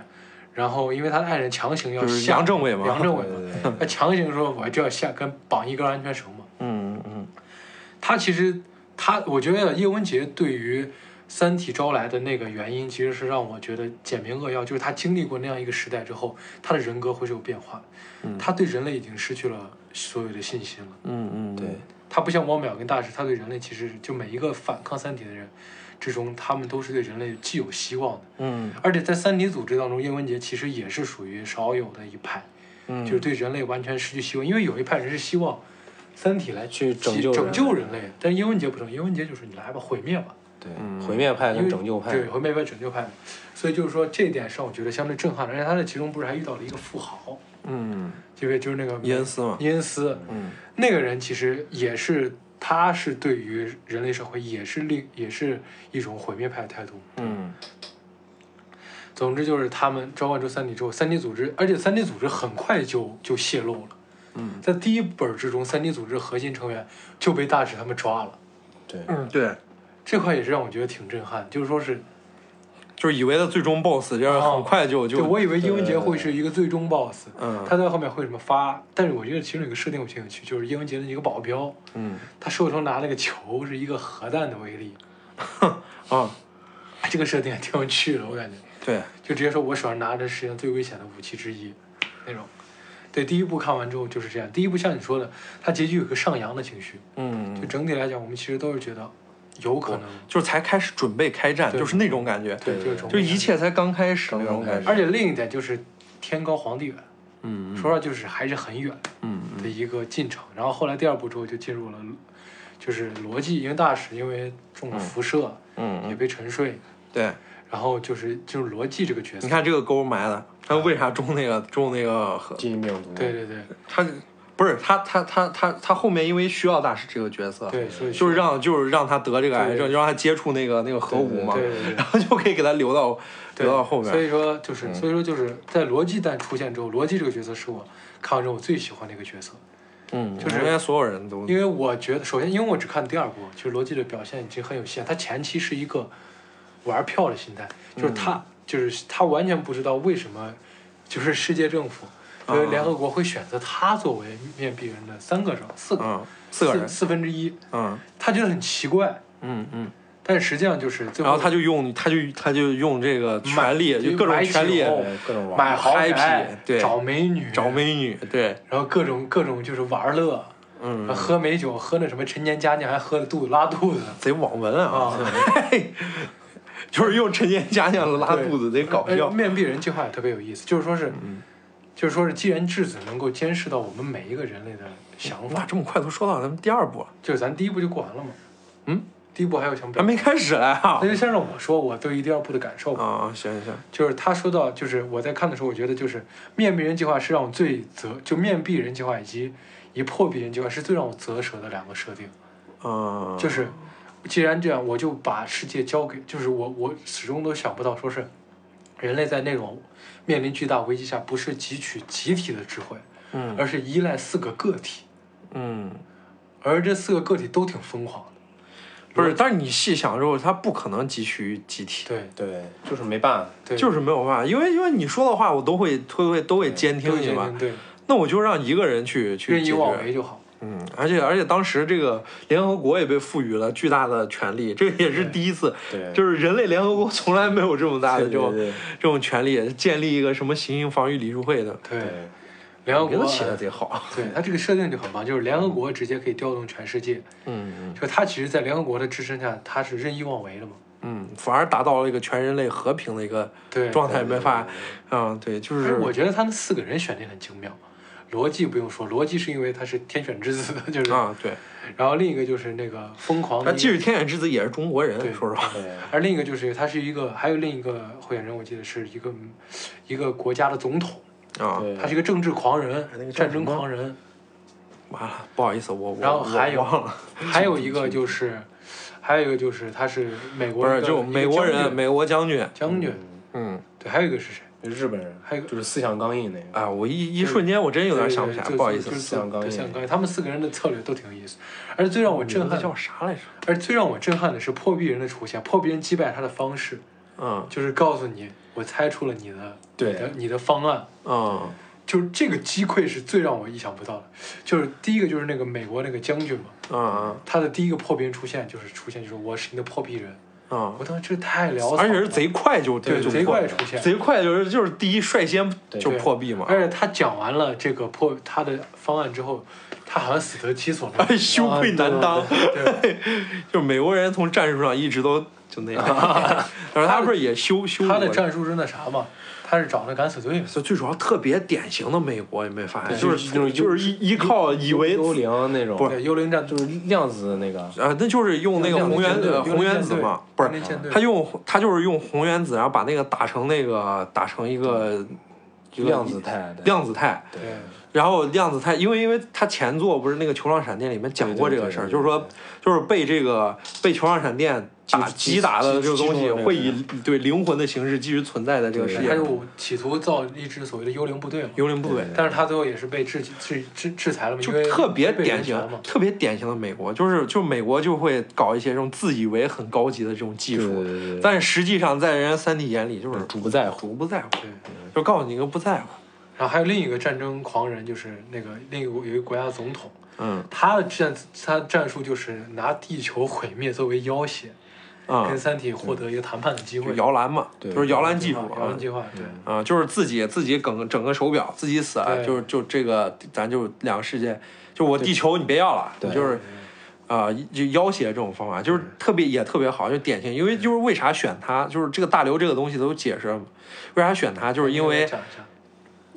[SPEAKER 4] 然后因为他的爱人强行要
[SPEAKER 2] 就是
[SPEAKER 4] 下
[SPEAKER 2] 杨政委嘛。
[SPEAKER 4] 杨政委
[SPEAKER 3] 对对
[SPEAKER 4] 嘛，他强行说我就要下跟绑一根安全绳嘛。
[SPEAKER 2] 嗯嗯
[SPEAKER 4] 他其实他，我觉得叶文洁对于《三体》招来的那个原因，其实是让我觉得简明扼要，就是他经历过那样一个时代之后，他的人格会是有变化的。
[SPEAKER 2] 嗯
[SPEAKER 4] 他对人类已经失去了所有的信心了。
[SPEAKER 2] 嗯嗯，
[SPEAKER 3] 对，
[SPEAKER 4] 他不像汪淼跟大师，他对人类其实就每一个反抗《三体》的人之中，他们都是对人类寄有希望的。
[SPEAKER 2] 嗯
[SPEAKER 4] 而且在三体组织当中，叶文洁其实也是属于少有的一派，
[SPEAKER 2] 嗯，
[SPEAKER 4] 就是对人类完全失去希望，因为有一派人是希望三体来
[SPEAKER 3] 去拯
[SPEAKER 4] 拯
[SPEAKER 3] 救人
[SPEAKER 4] 救人类，但是英文节不成，英文节就是你来吧，毁灭吧，
[SPEAKER 3] 对
[SPEAKER 2] 嗯，
[SPEAKER 3] 毁灭派
[SPEAKER 4] 因
[SPEAKER 3] 跟
[SPEAKER 4] 为
[SPEAKER 3] 拯救派，
[SPEAKER 4] 对，毁灭派、拯救派，所以就是说这一点上我觉得相对震撼，而且他在其中不是还遇到了一个富豪，
[SPEAKER 2] 嗯
[SPEAKER 4] 就是就是那个
[SPEAKER 2] 伊恩斯嘛。
[SPEAKER 4] 伊恩斯，
[SPEAKER 2] 嗯
[SPEAKER 4] 那个人其实也是，他是对于人类社会也是另也是一种毁灭派的态度，
[SPEAKER 2] 嗯
[SPEAKER 4] 总之就是他们召唤出三体之后，三体组织，而且三体组织很快就就泄露了。
[SPEAKER 2] 嗯
[SPEAKER 4] 在第一本之中，三体组织核心成员就被大使他们抓了，
[SPEAKER 3] 对
[SPEAKER 2] 嗯，对，
[SPEAKER 4] 这块也是让我觉得挺震撼。就是说是，
[SPEAKER 2] 就是以为的最终 BOSS，就是很快就
[SPEAKER 4] 哦对
[SPEAKER 2] 就
[SPEAKER 4] 我以为英文
[SPEAKER 3] 对
[SPEAKER 4] 杰
[SPEAKER 3] 对对
[SPEAKER 4] 会是一个最终 BOSS，
[SPEAKER 2] 嗯
[SPEAKER 4] 他在后面会什么发，但是我觉得其中有个设定我挺有趣，就是英文杰的一个保镖，
[SPEAKER 2] 嗯
[SPEAKER 4] 他手头拿了个球，是一个核弹的威力，哎
[SPEAKER 2] 啊，
[SPEAKER 4] 这个设定也挺有趣的，我感觉。
[SPEAKER 2] 对，
[SPEAKER 4] 就直接说我手上拿着世界上最危险的武器之一，那种。对，第一部看完之后就是这样。第一部像你说的，它结局有个上扬的情绪，
[SPEAKER 2] 嗯
[SPEAKER 4] 就整体来讲，我们其实都是觉得有可能，
[SPEAKER 2] 就是才开始准备开战，
[SPEAKER 4] 对
[SPEAKER 2] 就是那种感觉，
[SPEAKER 4] 对，
[SPEAKER 3] 对
[SPEAKER 4] 就是这种
[SPEAKER 2] 就一切。才刚开始那
[SPEAKER 3] 刚
[SPEAKER 2] 种感觉。
[SPEAKER 4] 而且另一点就是天高皇帝远，
[SPEAKER 2] 嗯
[SPEAKER 4] 说实话就是还是很远
[SPEAKER 2] 嗯
[SPEAKER 4] 的一个进程。然后后来第二部之后就进入了，就是逻辑，因为大使因为中了辐射、
[SPEAKER 2] 嗯
[SPEAKER 4] 也
[SPEAKER 2] 嗯，
[SPEAKER 4] 被沉睡，
[SPEAKER 2] 对，
[SPEAKER 4] 然后就是就是逻辑这个角色
[SPEAKER 2] 哎你，看这个沟埋的，他为啥中那个中那个河？
[SPEAKER 3] 基因病毒，
[SPEAKER 4] 对对对
[SPEAKER 2] 他不是他他他他他后面因为需要大师这个角色，
[SPEAKER 4] 对，所以
[SPEAKER 2] 就是让就是让他得这个癌症，
[SPEAKER 4] 对
[SPEAKER 2] 就让他接触那个那个核武嘛，
[SPEAKER 4] 对对对。
[SPEAKER 2] 然后就可以给他留到
[SPEAKER 4] 对
[SPEAKER 2] 留到后面。嗯
[SPEAKER 4] 所以说就是，所以说就是在逻辑蛋出现之后，逻辑这个角色是我看完之后我最喜欢的一个角色，
[SPEAKER 2] 嗯，
[SPEAKER 4] 就是
[SPEAKER 2] 应该所有人都
[SPEAKER 4] 因为我觉得，首先因为我只看第二部，其实逻辑的表现已经很有限，他前期是一个玩票的心态，就是他、
[SPEAKER 2] 嗯
[SPEAKER 4] 就是他完全不知道为什么就是世界政府。因为联
[SPEAKER 2] 哦
[SPEAKER 4] 合国会选择他作为面壁人的三个人，四个，
[SPEAKER 2] 嗯四个人，
[SPEAKER 4] 四分之一，
[SPEAKER 2] 嗯
[SPEAKER 4] 他觉得很奇怪，
[SPEAKER 2] 嗯嗯，
[SPEAKER 4] 但实际上就是最
[SPEAKER 2] 然后他
[SPEAKER 4] 就
[SPEAKER 2] 就用他就他就用这个权力，
[SPEAKER 4] 买
[SPEAKER 2] 就各种权力
[SPEAKER 4] 买酒
[SPEAKER 3] 对各种玩，
[SPEAKER 4] 买豪宅
[SPEAKER 2] happy，，对
[SPEAKER 4] 找美女，
[SPEAKER 2] 找美女，对，
[SPEAKER 4] 然后各种各种就是玩乐，
[SPEAKER 2] 嗯，
[SPEAKER 4] 喝美酒，喝那什么陈年佳酿，还喝的肚子拉肚子。
[SPEAKER 2] 贼网文啊，
[SPEAKER 4] 啊
[SPEAKER 2] 就是用陈年佳酿拉肚子，贼搞
[SPEAKER 4] 呃
[SPEAKER 2] 笑。嗯
[SPEAKER 4] 面壁人计划也特别有意思，就是说是，就是说是，既然质子能够监视到我们每一个人类的想
[SPEAKER 2] 哇，
[SPEAKER 4] 法，
[SPEAKER 2] 这么快都说到咱们第二部了，
[SPEAKER 4] 就是咱第一步就过完了嘛。
[SPEAKER 2] 嗯，
[SPEAKER 4] 第一部还有什么表
[SPEAKER 2] 还
[SPEAKER 4] 达？
[SPEAKER 2] 没开始嘞啊
[SPEAKER 4] 那！就像是我说我对于第二部的感受吧。
[SPEAKER 2] 啊，行行行，
[SPEAKER 4] 就是他说到，就是我在看的时候，我觉得就是面壁人计划是让我最啧，就面壁人计划以及一破壁人计划是最让我啧舌的两个设定。
[SPEAKER 2] 嗯，
[SPEAKER 4] 就是既然这样，我就把世界交给，就是我我始终都想不到，说是人类在那种面临巨大危机下，不是汲取集体的智慧，
[SPEAKER 2] 嗯
[SPEAKER 4] 而是依赖四个个体，
[SPEAKER 2] 嗯，
[SPEAKER 4] 而这四个个体都挺疯狂的。
[SPEAKER 2] 不是，但是你细想之后，他不可能汲取集体，
[SPEAKER 4] 对
[SPEAKER 3] 对，就是没办法。
[SPEAKER 4] 对，
[SPEAKER 2] 就是是没有办法，因为因为你说的话，我都会都会都会监听你嘛，
[SPEAKER 4] 对，
[SPEAKER 2] 那我就让一个人去去
[SPEAKER 4] 任
[SPEAKER 2] 解
[SPEAKER 4] 意妄
[SPEAKER 2] 决，
[SPEAKER 4] 为就好。
[SPEAKER 2] 嗯，而且而且当时这个联合国也被赋予了巨大的权利，这也是
[SPEAKER 4] 对
[SPEAKER 2] 第一次，
[SPEAKER 3] 对，
[SPEAKER 2] 就是人类联合国从来没有这么大的
[SPEAKER 3] 对
[SPEAKER 2] 这种
[SPEAKER 3] 对
[SPEAKER 2] 这种权利，建立一个什么行星防御理事会的，
[SPEAKER 4] 对，
[SPEAKER 3] 对
[SPEAKER 4] 联合
[SPEAKER 2] 给
[SPEAKER 4] 国
[SPEAKER 2] 他起的贼好，
[SPEAKER 4] 对它这个设定就很棒，就是联合国直接可以调动全世界，
[SPEAKER 2] 嗯
[SPEAKER 4] 就它其实，在联合国的支撑下，它是任意妄为的嘛。
[SPEAKER 2] 嗯，反而达到了一个全人类和平的一个
[SPEAKER 4] 对，
[SPEAKER 2] 状态，没法，嗯，对，就
[SPEAKER 4] 哎
[SPEAKER 2] 是
[SPEAKER 4] 我觉得他们四个人选定很精妙，逻辑不用说，逻辑是因为他是天选之子，就是，
[SPEAKER 2] 啊，对，
[SPEAKER 4] 然后另一个就是那个疯狂
[SPEAKER 2] 他
[SPEAKER 4] 的一
[SPEAKER 2] 既
[SPEAKER 4] 个，
[SPEAKER 2] 是天选之子，也是中国
[SPEAKER 4] 对
[SPEAKER 2] 人，说实话，
[SPEAKER 3] 对
[SPEAKER 4] 而另一个就是他是一个，还有另一个候选人，我记得是一个一个国家的总统，
[SPEAKER 2] 啊，
[SPEAKER 3] 对，
[SPEAKER 4] 他是一个政治狂人
[SPEAKER 2] 那个，叫
[SPEAKER 4] 战
[SPEAKER 2] 什
[SPEAKER 4] 争
[SPEAKER 2] 么
[SPEAKER 4] 狂人，
[SPEAKER 2] 完了，不好意思，我我
[SPEAKER 4] 然后还有
[SPEAKER 2] 我忘了，
[SPEAKER 4] 还有一个就是，还有一个就是他是美国
[SPEAKER 2] 不是
[SPEAKER 4] 一个
[SPEAKER 2] 就
[SPEAKER 4] 一个
[SPEAKER 2] 美国
[SPEAKER 4] 将
[SPEAKER 2] 人，
[SPEAKER 4] 军
[SPEAKER 2] 美国将军，
[SPEAKER 4] 将军，
[SPEAKER 2] 嗯，
[SPEAKER 4] 对，还有一个是谁？
[SPEAKER 3] 嗯日本人，
[SPEAKER 4] 还有一个
[SPEAKER 3] 就是思想刚硬那个。
[SPEAKER 2] 啊，我一一瞬间我真有点想不起来，
[SPEAKER 4] 对对
[SPEAKER 2] 不好意思
[SPEAKER 4] 就，是
[SPEAKER 3] 思想刚
[SPEAKER 4] 对
[SPEAKER 3] 毅
[SPEAKER 4] 思想刚毅，他们四个人的策略都挺有意思，而最让我震撼
[SPEAKER 2] 那，叫啥来着？
[SPEAKER 4] 而最让我震撼的是破壁人的出现，破壁人击败他的方式
[SPEAKER 2] 嗯
[SPEAKER 4] 就是告诉你，我猜出了你的你的
[SPEAKER 3] 对，
[SPEAKER 4] 你的方案，
[SPEAKER 2] 嗯
[SPEAKER 4] 就是这个击溃是最让我意想不到的，就是第一个就是那个美国那个将军嘛，
[SPEAKER 2] 嗯嗯
[SPEAKER 4] 他的第一个破壁人出现就是出现就是我是你的破壁人，
[SPEAKER 2] 嗯，
[SPEAKER 4] 我当时这太潦草了，
[SPEAKER 2] 而且是贼快就
[SPEAKER 4] 对
[SPEAKER 2] 就
[SPEAKER 4] 贼
[SPEAKER 2] 破
[SPEAKER 4] 快
[SPEAKER 2] 了
[SPEAKER 4] 出现，
[SPEAKER 2] 贼快就是就是第一率先
[SPEAKER 3] 对
[SPEAKER 2] 就破壁嘛，
[SPEAKER 4] 而且他讲完了这个破他的方案之后，他好像死得其所 了，
[SPEAKER 2] 哎，羞愧难当。
[SPEAKER 4] 啊对，
[SPEAKER 2] 就是美国人从战术上一直都就那样， 但是他不是也羞羞辱
[SPEAKER 4] 他的
[SPEAKER 2] 过
[SPEAKER 4] 战术是那啥嘛，他是找那敢死队嘛。
[SPEAKER 2] 所以最主要特别典型的美国，你没发现？
[SPEAKER 3] 对
[SPEAKER 2] 就
[SPEAKER 3] 就是是那种
[SPEAKER 2] 就是依依靠以为
[SPEAKER 3] 幽灵那种，
[SPEAKER 2] 不
[SPEAKER 4] 对，幽灵战
[SPEAKER 3] 就是量子那个，
[SPEAKER 2] 啊，那就是用那个
[SPEAKER 4] 幽灵
[SPEAKER 2] 红原
[SPEAKER 4] 舰队
[SPEAKER 2] 呃
[SPEAKER 4] 幽灵
[SPEAKER 2] 红原子
[SPEAKER 4] 舰队
[SPEAKER 2] 嘛，不是
[SPEAKER 4] 幽灵舰队
[SPEAKER 2] 他用他就是用红原子，然后把那个打成那个打成一个一个
[SPEAKER 3] 量子态，对
[SPEAKER 2] 量子态，
[SPEAKER 3] 对
[SPEAKER 4] 对
[SPEAKER 2] 然后量子态，因为因为他前作不是那个《球状闪电》里面讲过这个事儿，
[SPEAKER 3] 对对对对
[SPEAKER 2] 就是说就是被这个被球状闪电打
[SPEAKER 3] 击
[SPEAKER 2] 击打的
[SPEAKER 3] 击
[SPEAKER 2] 这个东
[SPEAKER 3] 击
[SPEAKER 2] 西，
[SPEAKER 3] 中的
[SPEAKER 2] 会
[SPEAKER 3] 那个
[SPEAKER 2] 以对灵魂的形式继续存在在这个世
[SPEAKER 3] 对
[SPEAKER 2] 界
[SPEAKER 4] 他
[SPEAKER 2] 上。
[SPEAKER 4] 就企图造一支所谓的幽灵部队嘛，
[SPEAKER 2] 幽灵部队
[SPEAKER 3] 对
[SPEAKER 4] 但是他最后也是被制制制制裁了嘛，
[SPEAKER 2] 就
[SPEAKER 4] 因为
[SPEAKER 2] 特别
[SPEAKER 4] 被
[SPEAKER 2] 典
[SPEAKER 4] 制裁
[SPEAKER 2] 型
[SPEAKER 4] 嘛，。
[SPEAKER 2] 特别典型的美国，就是就美国就会搞一些这种自以为很高级的这种技
[SPEAKER 3] 对
[SPEAKER 2] 术，
[SPEAKER 3] 对对对
[SPEAKER 2] 但是实际上在人家三体眼里就是
[SPEAKER 3] 主不在乎，
[SPEAKER 2] 主不在乎，
[SPEAKER 4] 对，
[SPEAKER 2] 就告诉你一个不在乎。
[SPEAKER 4] 然后还有另一个战争狂人，就是那个另一个有一个国家的总统，
[SPEAKER 2] 嗯
[SPEAKER 4] 他的战他的战术就是拿地球毁灭作为要挟，
[SPEAKER 2] 啊
[SPEAKER 4] 跟，三体获得一个谈判的机
[SPEAKER 2] 就
[SPEAKER 4] 会。
[SPEAKER 2] 摇篮嘛，
[SPEAKER 3] 对
[SPEAKER 2] 就是摇篮技术
[SPEAKER 4] 摇
[SPEAKER 2] 啊
[SPEAKER 4] 篮。计划，对
[SPEAKER 2] 啊，就是自己自己整个整个手表自己死啊，
[SPEAKER 4] 对
[SPEAKER 2] 就是就这个，咱就两个世界，就我地球你别要了，
[SPEAKER 3] 对
[SPEAKER 2] 就是啊、就要挟这种方法，就是特别也特别好，就典型，因为就是为啥选他，就是这个大刘这个东西都有解释了嘛，为啥选他，就是因为
[SPEAKER 4] 讲一下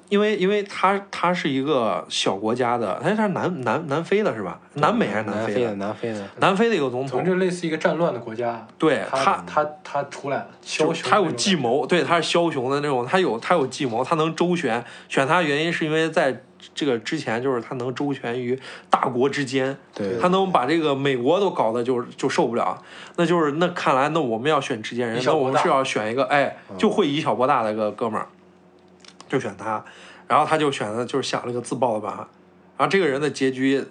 [SPEAKER 2] 因为因为他他是一个小国家的，他他是南南南非的是吧？南美还是
[SPEAKER 3] 南
[SPEAKER 2] 南
[SPEAKER 3] 非
[SPEAKER 2] 非
[SPEAKER 3] 的
[SPEAKER 2] 的？
[SPEAKER 3] 南非的，
[SPEAKER 2] 南非的一个总
[SPEAKER 4] 从
[SPEAKER 2] 统，
[SPEAKER 4] 这类似一个战乱的国家，
[SPEAKER 2] 对
[SPEAKER 4] 他他他出来了，枭
[SPEAKER 2] 就
[SPEAKER 4] 雄
[SPEAKER 2] 他有
[SPEAKER 4] 那种
[SPEAKER 2] 计谋，对，他是枭雄的那种，他有他有计谋，他能周旋。选他的原因是因为在这个之前，就是他能周旋于大国之间，
[SPEAKER 3] 对，
[SPEAKER 2] 他能把这个美国都搞得就就受不了。那就是那看来，那我们要选之间人
[SPEAKER 4] 以，小
[SPEAKER 2] 那
[SPEAKER 4] 博
[SPEAKER 2] 我们
[SPEAKER 4] 大
[SPEAKER 2] 是要选一个哎
[SPEAKER 3] 嗯
[SPEAKER 2] 就会以小博大的一个哥们儿，就选他。然后他就选了，就是想了个自爆的办法。然后这个人的结局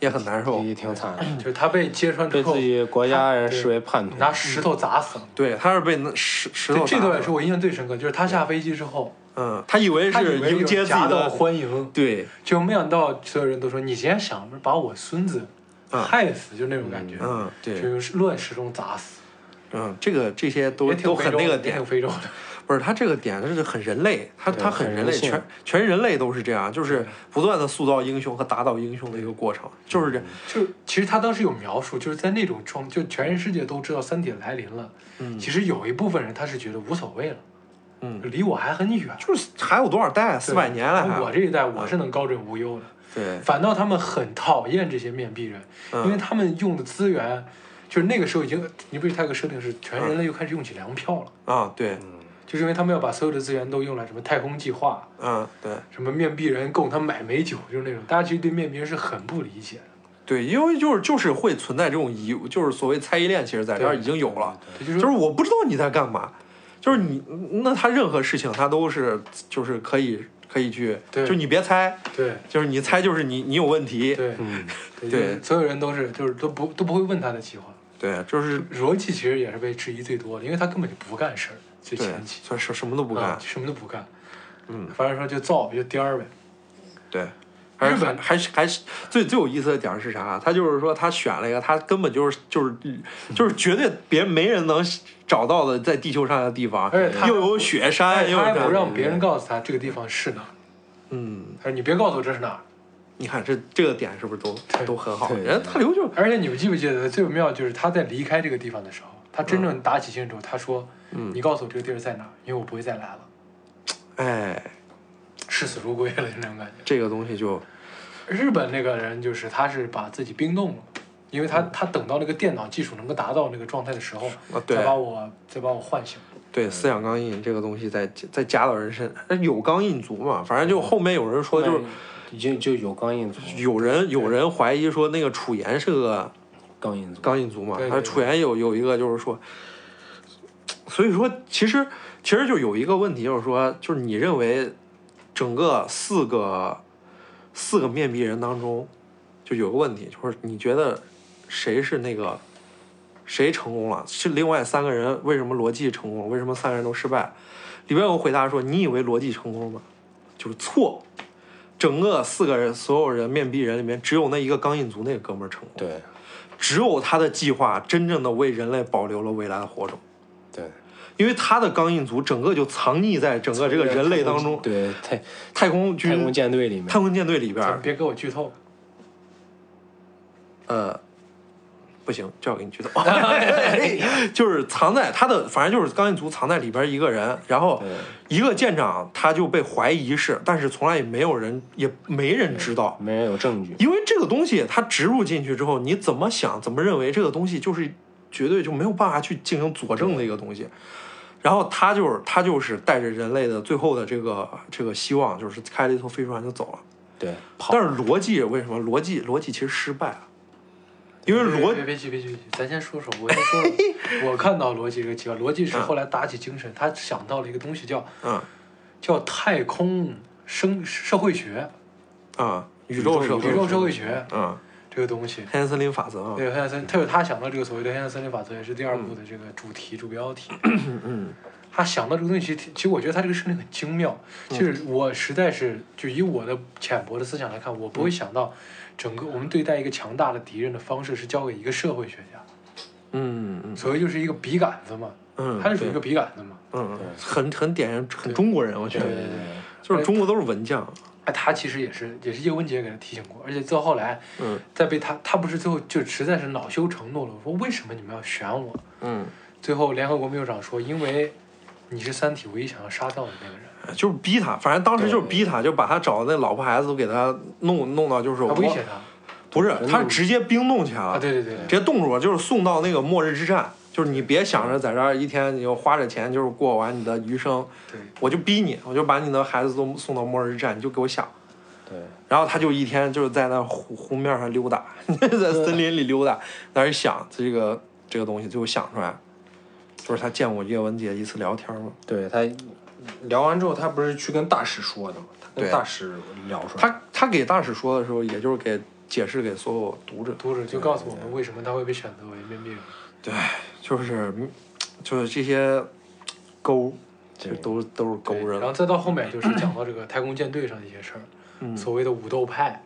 [SPEAKER 2] 也很难受，
[SPEAKER 3] 也挺惨的，
[SPEAKER 4] 感觉，就是他被揭穿之
[SPEAKER 3] 被
[SPEAKER 4] 后
[SPEAKER 3] 自，己国家人视为叛徒，
[SPEAKER 4] 拿石头砸死了。
[SPEAKER 2] 对，他是被那石石头
[SPEAKER 4] 对，这
[SPEAKER 2] 砸
[SPEAKER 4] 段
[SPEAKER 2] 的
[SPEAKER 4] 也是我印象最深刻，就是他下飞机之后，
[SPEAKER 2] 嗯，他以为
[SPEAKER 4] 他
[SPEAKER 2] 是
[SPEAKER 4] 以为
[SPEAKER 2] 迎接自己
[SPEAKER 4] 夹道
[SPEAKER 2] 的
[SPEAKER 4] 欢迎，
[SPEAKER 2] 对，
[SPEAKER 4] 就没想到所有人都说你竟然想把我孙子
[SPEAKER 2] 嗯
[SPEAKER 4] 害死，就那种感觉，
[SPEAKER 2] 嗯，
[SPEAKER 4] 就
[SPEAKER 2] 对，
[SPEAKER 4] 是乱石中砸死，
[SPEAKER 2] 嗯，这个这些都
[SPEAKER 4] 也挺
[SPEAKER 2] 都
[SPEAKER 4] 非
[SPEAKER 2] 很
[SPEAKER 4] 洲
[SPEAKER 2] 那个
[SPEAKER 4] 的也
[SPEAKER 2] 点
[SPEAKER 4] 挺，非洲的，
[SPEAKER 2] 不是他这个点就是很人类，他
[SPEAKER 3] 对
[SPEAKER 2] 他很
[SPEAKER 3] 很
[SPEAKER 2] 人
[SPEAKER 3] 人
[SPEAKER 2] 类，
[SPEAKER 3] 性
[SPEAKER 2] 全全人类都是这样，就是
[SPEAKER 4] 对
[SPEAKER 2] 不断的塑造英雄和打倒英雄的一个过程，就是这，
[SPEAKER 4] 就是其实他当时有描述，就是在那种状，就全世界都知道三体来临了，
[SPEAKER 2] 嗯
[SPEAKER 4] 其实有一部分人他是觉得无所谓了，
[SPEAKER 2] 嗯，
[SPEAKER 4] 离我还很远，
[SPEAKER 2] 就是还有多少代，啊四百
[SPEAKER 4] 对
[SPEAKER 2] 年了
[SPEAKER 4] 我
[SPEAKER 2] 还，嗯
[SPEAKER 4] 这一代我是能高枕无忧的，
[SPEAKER 2] 对，
[SPEAKER 4] 反倒他们很讨厌这些面壁人，因为
[SPEAKER 2] 嗯
[SPEAKER 4] 他们用的资源就是那个时候已经，你不是它有个设定是全人类又开始用起粮票了，
[SPEAKER 2] 啊，对，
[SPEAKER 4] 就是因为他们要把所有的资源都用来什么太空计划、
[SPEAKER 2] 嗯，对，
[SPEAKER 4] 什么面壁人供他买美酒，就是那种大家其实对面壁人是很不理解的，
[SPEAKER 2] 对，因为就是就是会存在这种疑，就是所谓猜疑链，其实在这儿
[SPEAKER 4] 对
[SPEAKER 2] 已经有了，
[SPEAKER 4] 这就
[SPEAKER 2] 就是是我不知道你在干嘛，就是你，那他任何事情他都是就是可以可以去，
[SPEAKER 4] 对
[SPEAKER 2] 就你别猜，
[SPEAKER 4] 对
[SPEAKER 2] 就是你猜就是你你有问题，
[SPEAKER 4] 对
[SPEAKER 3] 嗯，
[SPEAKER 4] 对，就
[SPEAKER 2] 对
[SPEAKER 4] 是所有人都是就是都不都不会问他的计划，
[SPEAKER 2] 对，啊就是
[SPEAKER 4] 逻辑其实也是被质疑最多的，因为他根本就不干事儿，最
[SPEAKER 2] 对
[SPEAKER 4] 前，期
[SPEAKER 2] 所以什什么都不
[SPEAKER 4] 啊
[SPEAKER 2] 干，
[SPEAKER 4] 什么都不干，
[SPEAKER 2] 嗯，
[SPEAKER 4] 反正说就造就颠儿呗，
[SPEAKER 2] 对。还是
[SPEAKER 4] 日本
[SPEAKER 2] 还是还是最最有意思的点儿是啥？啊他就是说他选了一个他根本就是就是就是绝对别没人能找到的在地球上的地方，
[SPEAKER 4] 而且他
[SPEAKER 2] 又有雪山，
[SPEAKER 4] 但
[SPEAKER 2] 哎又
[SPEAKER 4] 是
[SPEAKER 2] 有
[SPEAKER 4] 他还
[SPEAKER 2] 这
[SPEAKER 4] 不让别人告诉他这个地方是哪儿，
[SPEAKER 2] 嗯，
[SPEAKER 4] 他说你别告诉我这是哪儿。
[SPEAKER 2] 你看这这个点是不是都
[SPEAKER 4] 对
[SPEAKER 2] 都很好？
[SPEAKER 3] 对
[SPEAKER 2] 人家特留就
[SPEAKER 4] 而且你们记不记得最妙就是他在离开这个地方的时候，他真正打起精神之后，他说：“
[SPEAKER 2] 嗯
[SPEAKER 4] 你告诉我这个地儿在哪儿，因为我不会再来了。
[SPEAKER 2] 哎，”
[SPEAKER 4] 视死如归了，就那种感觉。
[SPEAKER 2] 这个东西就
[SPEAKER 4] 日本那个人就是他是把自己冰冻了，因为他、
[SPEAKER 2] 嗯
[SPEAKER 4] 他等到那个电脑技术能够达到那个状态的时候，
[SPEAKER 2] 啊对
[SPEAKER 4] 再把我再把我唤醒。
[SPEAKER 2] 对思想刚印这个东西再再加到人身，哎有刚印族嘛？反正就后面有人说就是。
[SPEAKER 3] 已经就有钢印族，
[SPEAKER 2] 有人有人怀疑说那个楚言是个
[SPEAKER 3] 钢印族，
[SPEAKER 2] 钢印族嘛
[SPEAKER 4] 对？对
[SPEAKER 2] 他楚言有有一个就是说，所以说其实其实就有一个问题，就是说就是你认为整个四个四个面壁人当中，就有个问题，就是你觉得谁是那个谁成功了？是另外三个人为什么逻辑成功了？为什么三个人都失败？里边有回答说：“你以为逻辑成功了吗？就是错。整个四个人，所有人面壁人里面，只有那一个钢印族那个哥们儿成功。
[SPEAKER 3] 对
[SPEAKER 2] 只有他的计划真正的为人类保留了未来的火种，
[SPEAKER 3] 对，
[SPEAKER 2] 因为他的钢印族整个就藏匿在整个这个人类当中，
[SPEAKER 3] 对太
[SPEAKER 2] 太空
[SPEAKER 3] 哦太
[SPEAKER 2] 军、
[SPEAKER 3] 空舰队里面
[SPEAKER 2] 太，空舰队里边
[SPEAKER 4] 咱
[SPEAKER 2] 儿
[SPEAKER 4] 们，别给我剧透，
[SPEAKER 2] 呃，不行，这要给你剧透， 就是藏在他的，反正就是钢印族藏在里边一个人，然后
[SPEAKER 3] 对
[SPEAKER 2] 一个舰长他就被怀疑是，但是从来也没有人，也没人知道，
[SPEAKER 3] 没人有证据，
[SPEAKER 2] 因为这个东西它植入进去之后，你怎么想怎么认为这个东西就是绝对就没有办法去进行佐证的一个东西。然后他就是他就是带着人类的最后的这个这个希望，就是开了一艘飞船就走了。
[SPEAKER 3] 对，跑
[SPEAKER 2] 但是逻辑为什么逻辑逻辑其实失败了？因为逻
[SPEAKER 4] 别别别急别急，别急咱先说说，我先说说，我看到逻辑这个计划，逻辑是后来打起精神，他想到了一个东西叫
[SPEAKER 2] 嗯
[SPEAKER 4] 叫太空生社会学、
[SPEAKER 2] 啊宇宙社会
[SPEAKER 4] 宇宙社会学
[SPEAKER 2] 嗯
[SPEAKER 4] 这个东西。
[SPEAKER 2] 黑暗森林法则啊
[SPEAKER 4] 对，黑暗森，他有他想到这个所谓的黑暗森林法则，也是第二
[SPEAKER 2] 嗯
[SPEAKER 4] 部的这个主题、主标题。他想到这个东西，其实其实我觉得他这个设定很精妙。就是
[SPEAKER 2] 嗯
[SPEAKER 4] 我实在是就以我的浅薄的思想来看，我
[SPEAKER 2] 嗯
[SPEAKER 4] 不会想到整个我们对待一个强大的敌人的方式是交给一个社会学家，
[SPEAKER 2] 嗯嗯
[SPEAKER 4] 所谓就是一个笔杆子嘛，
[SPEAKER 2] 嗯，
[SPEAKER 4] 他是属于一个
[SPEAKER 2] 对
[SPEAKER 4] 笔杆子嘛。
[SPEAKER 2] 嗯很很典型很中国人，我觉
[SPEAKER 3] 对
[SPEAKER 2] 得
[SPEAKER 3] 对对，
[SPEAKER 2] 就是中国都是文匠，
[SPEAKER 4] 哎，他其实也是也是叶文洁给他提醒过，而且到后来
[SPEAKER 2] 嗯
[SPEAKER 4] 再被他他不是最后就实在是恼羞成怒了，我说为什么你们要选我？
[SPEAKER 2] 嗯。
[SPEAKER 4] 最后联合国秘书长说，因为你是三体唯一想要杀掉的那个人，
[SPEAKER 2] 呃就是逼他，反正当时就是逼他，就把他找的那老婆孩子都给他弄弄到，就是
[SPEAKER 4] 他
[SPEAKER 2] 我
[SPEAKER 4] 威胁他
[SPEAKER 2] 不是，
[SPEAKER 3] 弄
[SPEAKER 2] 他是直接冰冻起来了，
[SPEAKER 4] 啊，对对对，
[SPEAKER 2] 直接冻住了，就是送到那个末日之战，就是你别想着在这儿一天你就花着钱就是过完你的余生，
[SPEAKER 4] 对
[SPEAKER 2] 我就逼你，我就把你的孩子都送到末日之战，你就给我想。
[SPEAKER 3] 对，
[SPEAKER 2] 然后他就一天就是在那湖湖面上溜达， 在森林里溜达，在那儿想这个这个东西，最后想出来，就是他见我叶文洁一次聊天嘛，
[SPEAKER 3] 对他聊完之后，他不是去跟大使说的吗？他
[SPEAKER 2] 对
[SPEAKER 3] 跟大使聊出来，
[SPEAKER 2] 他他给大使说的时候，也就是给解释给所有读者，
[SPEAKER 4] 读者就告诉我们为什么他会被选择为面壁人。
[SPEAKER 2] 就是嗯就是这些勾，就
[SPEAKER 3] 对
[SPEAKER 2] 都都是勾
[SPEAKER 4] 对然
[SPEAKER 2] 人。
[SPEAKER 4] 后再到后面就是讲到这个太空舰队上的一些事儿，
[SPEAKER 2] 嗯
[SPEAKER 4] 所谓的武斗派，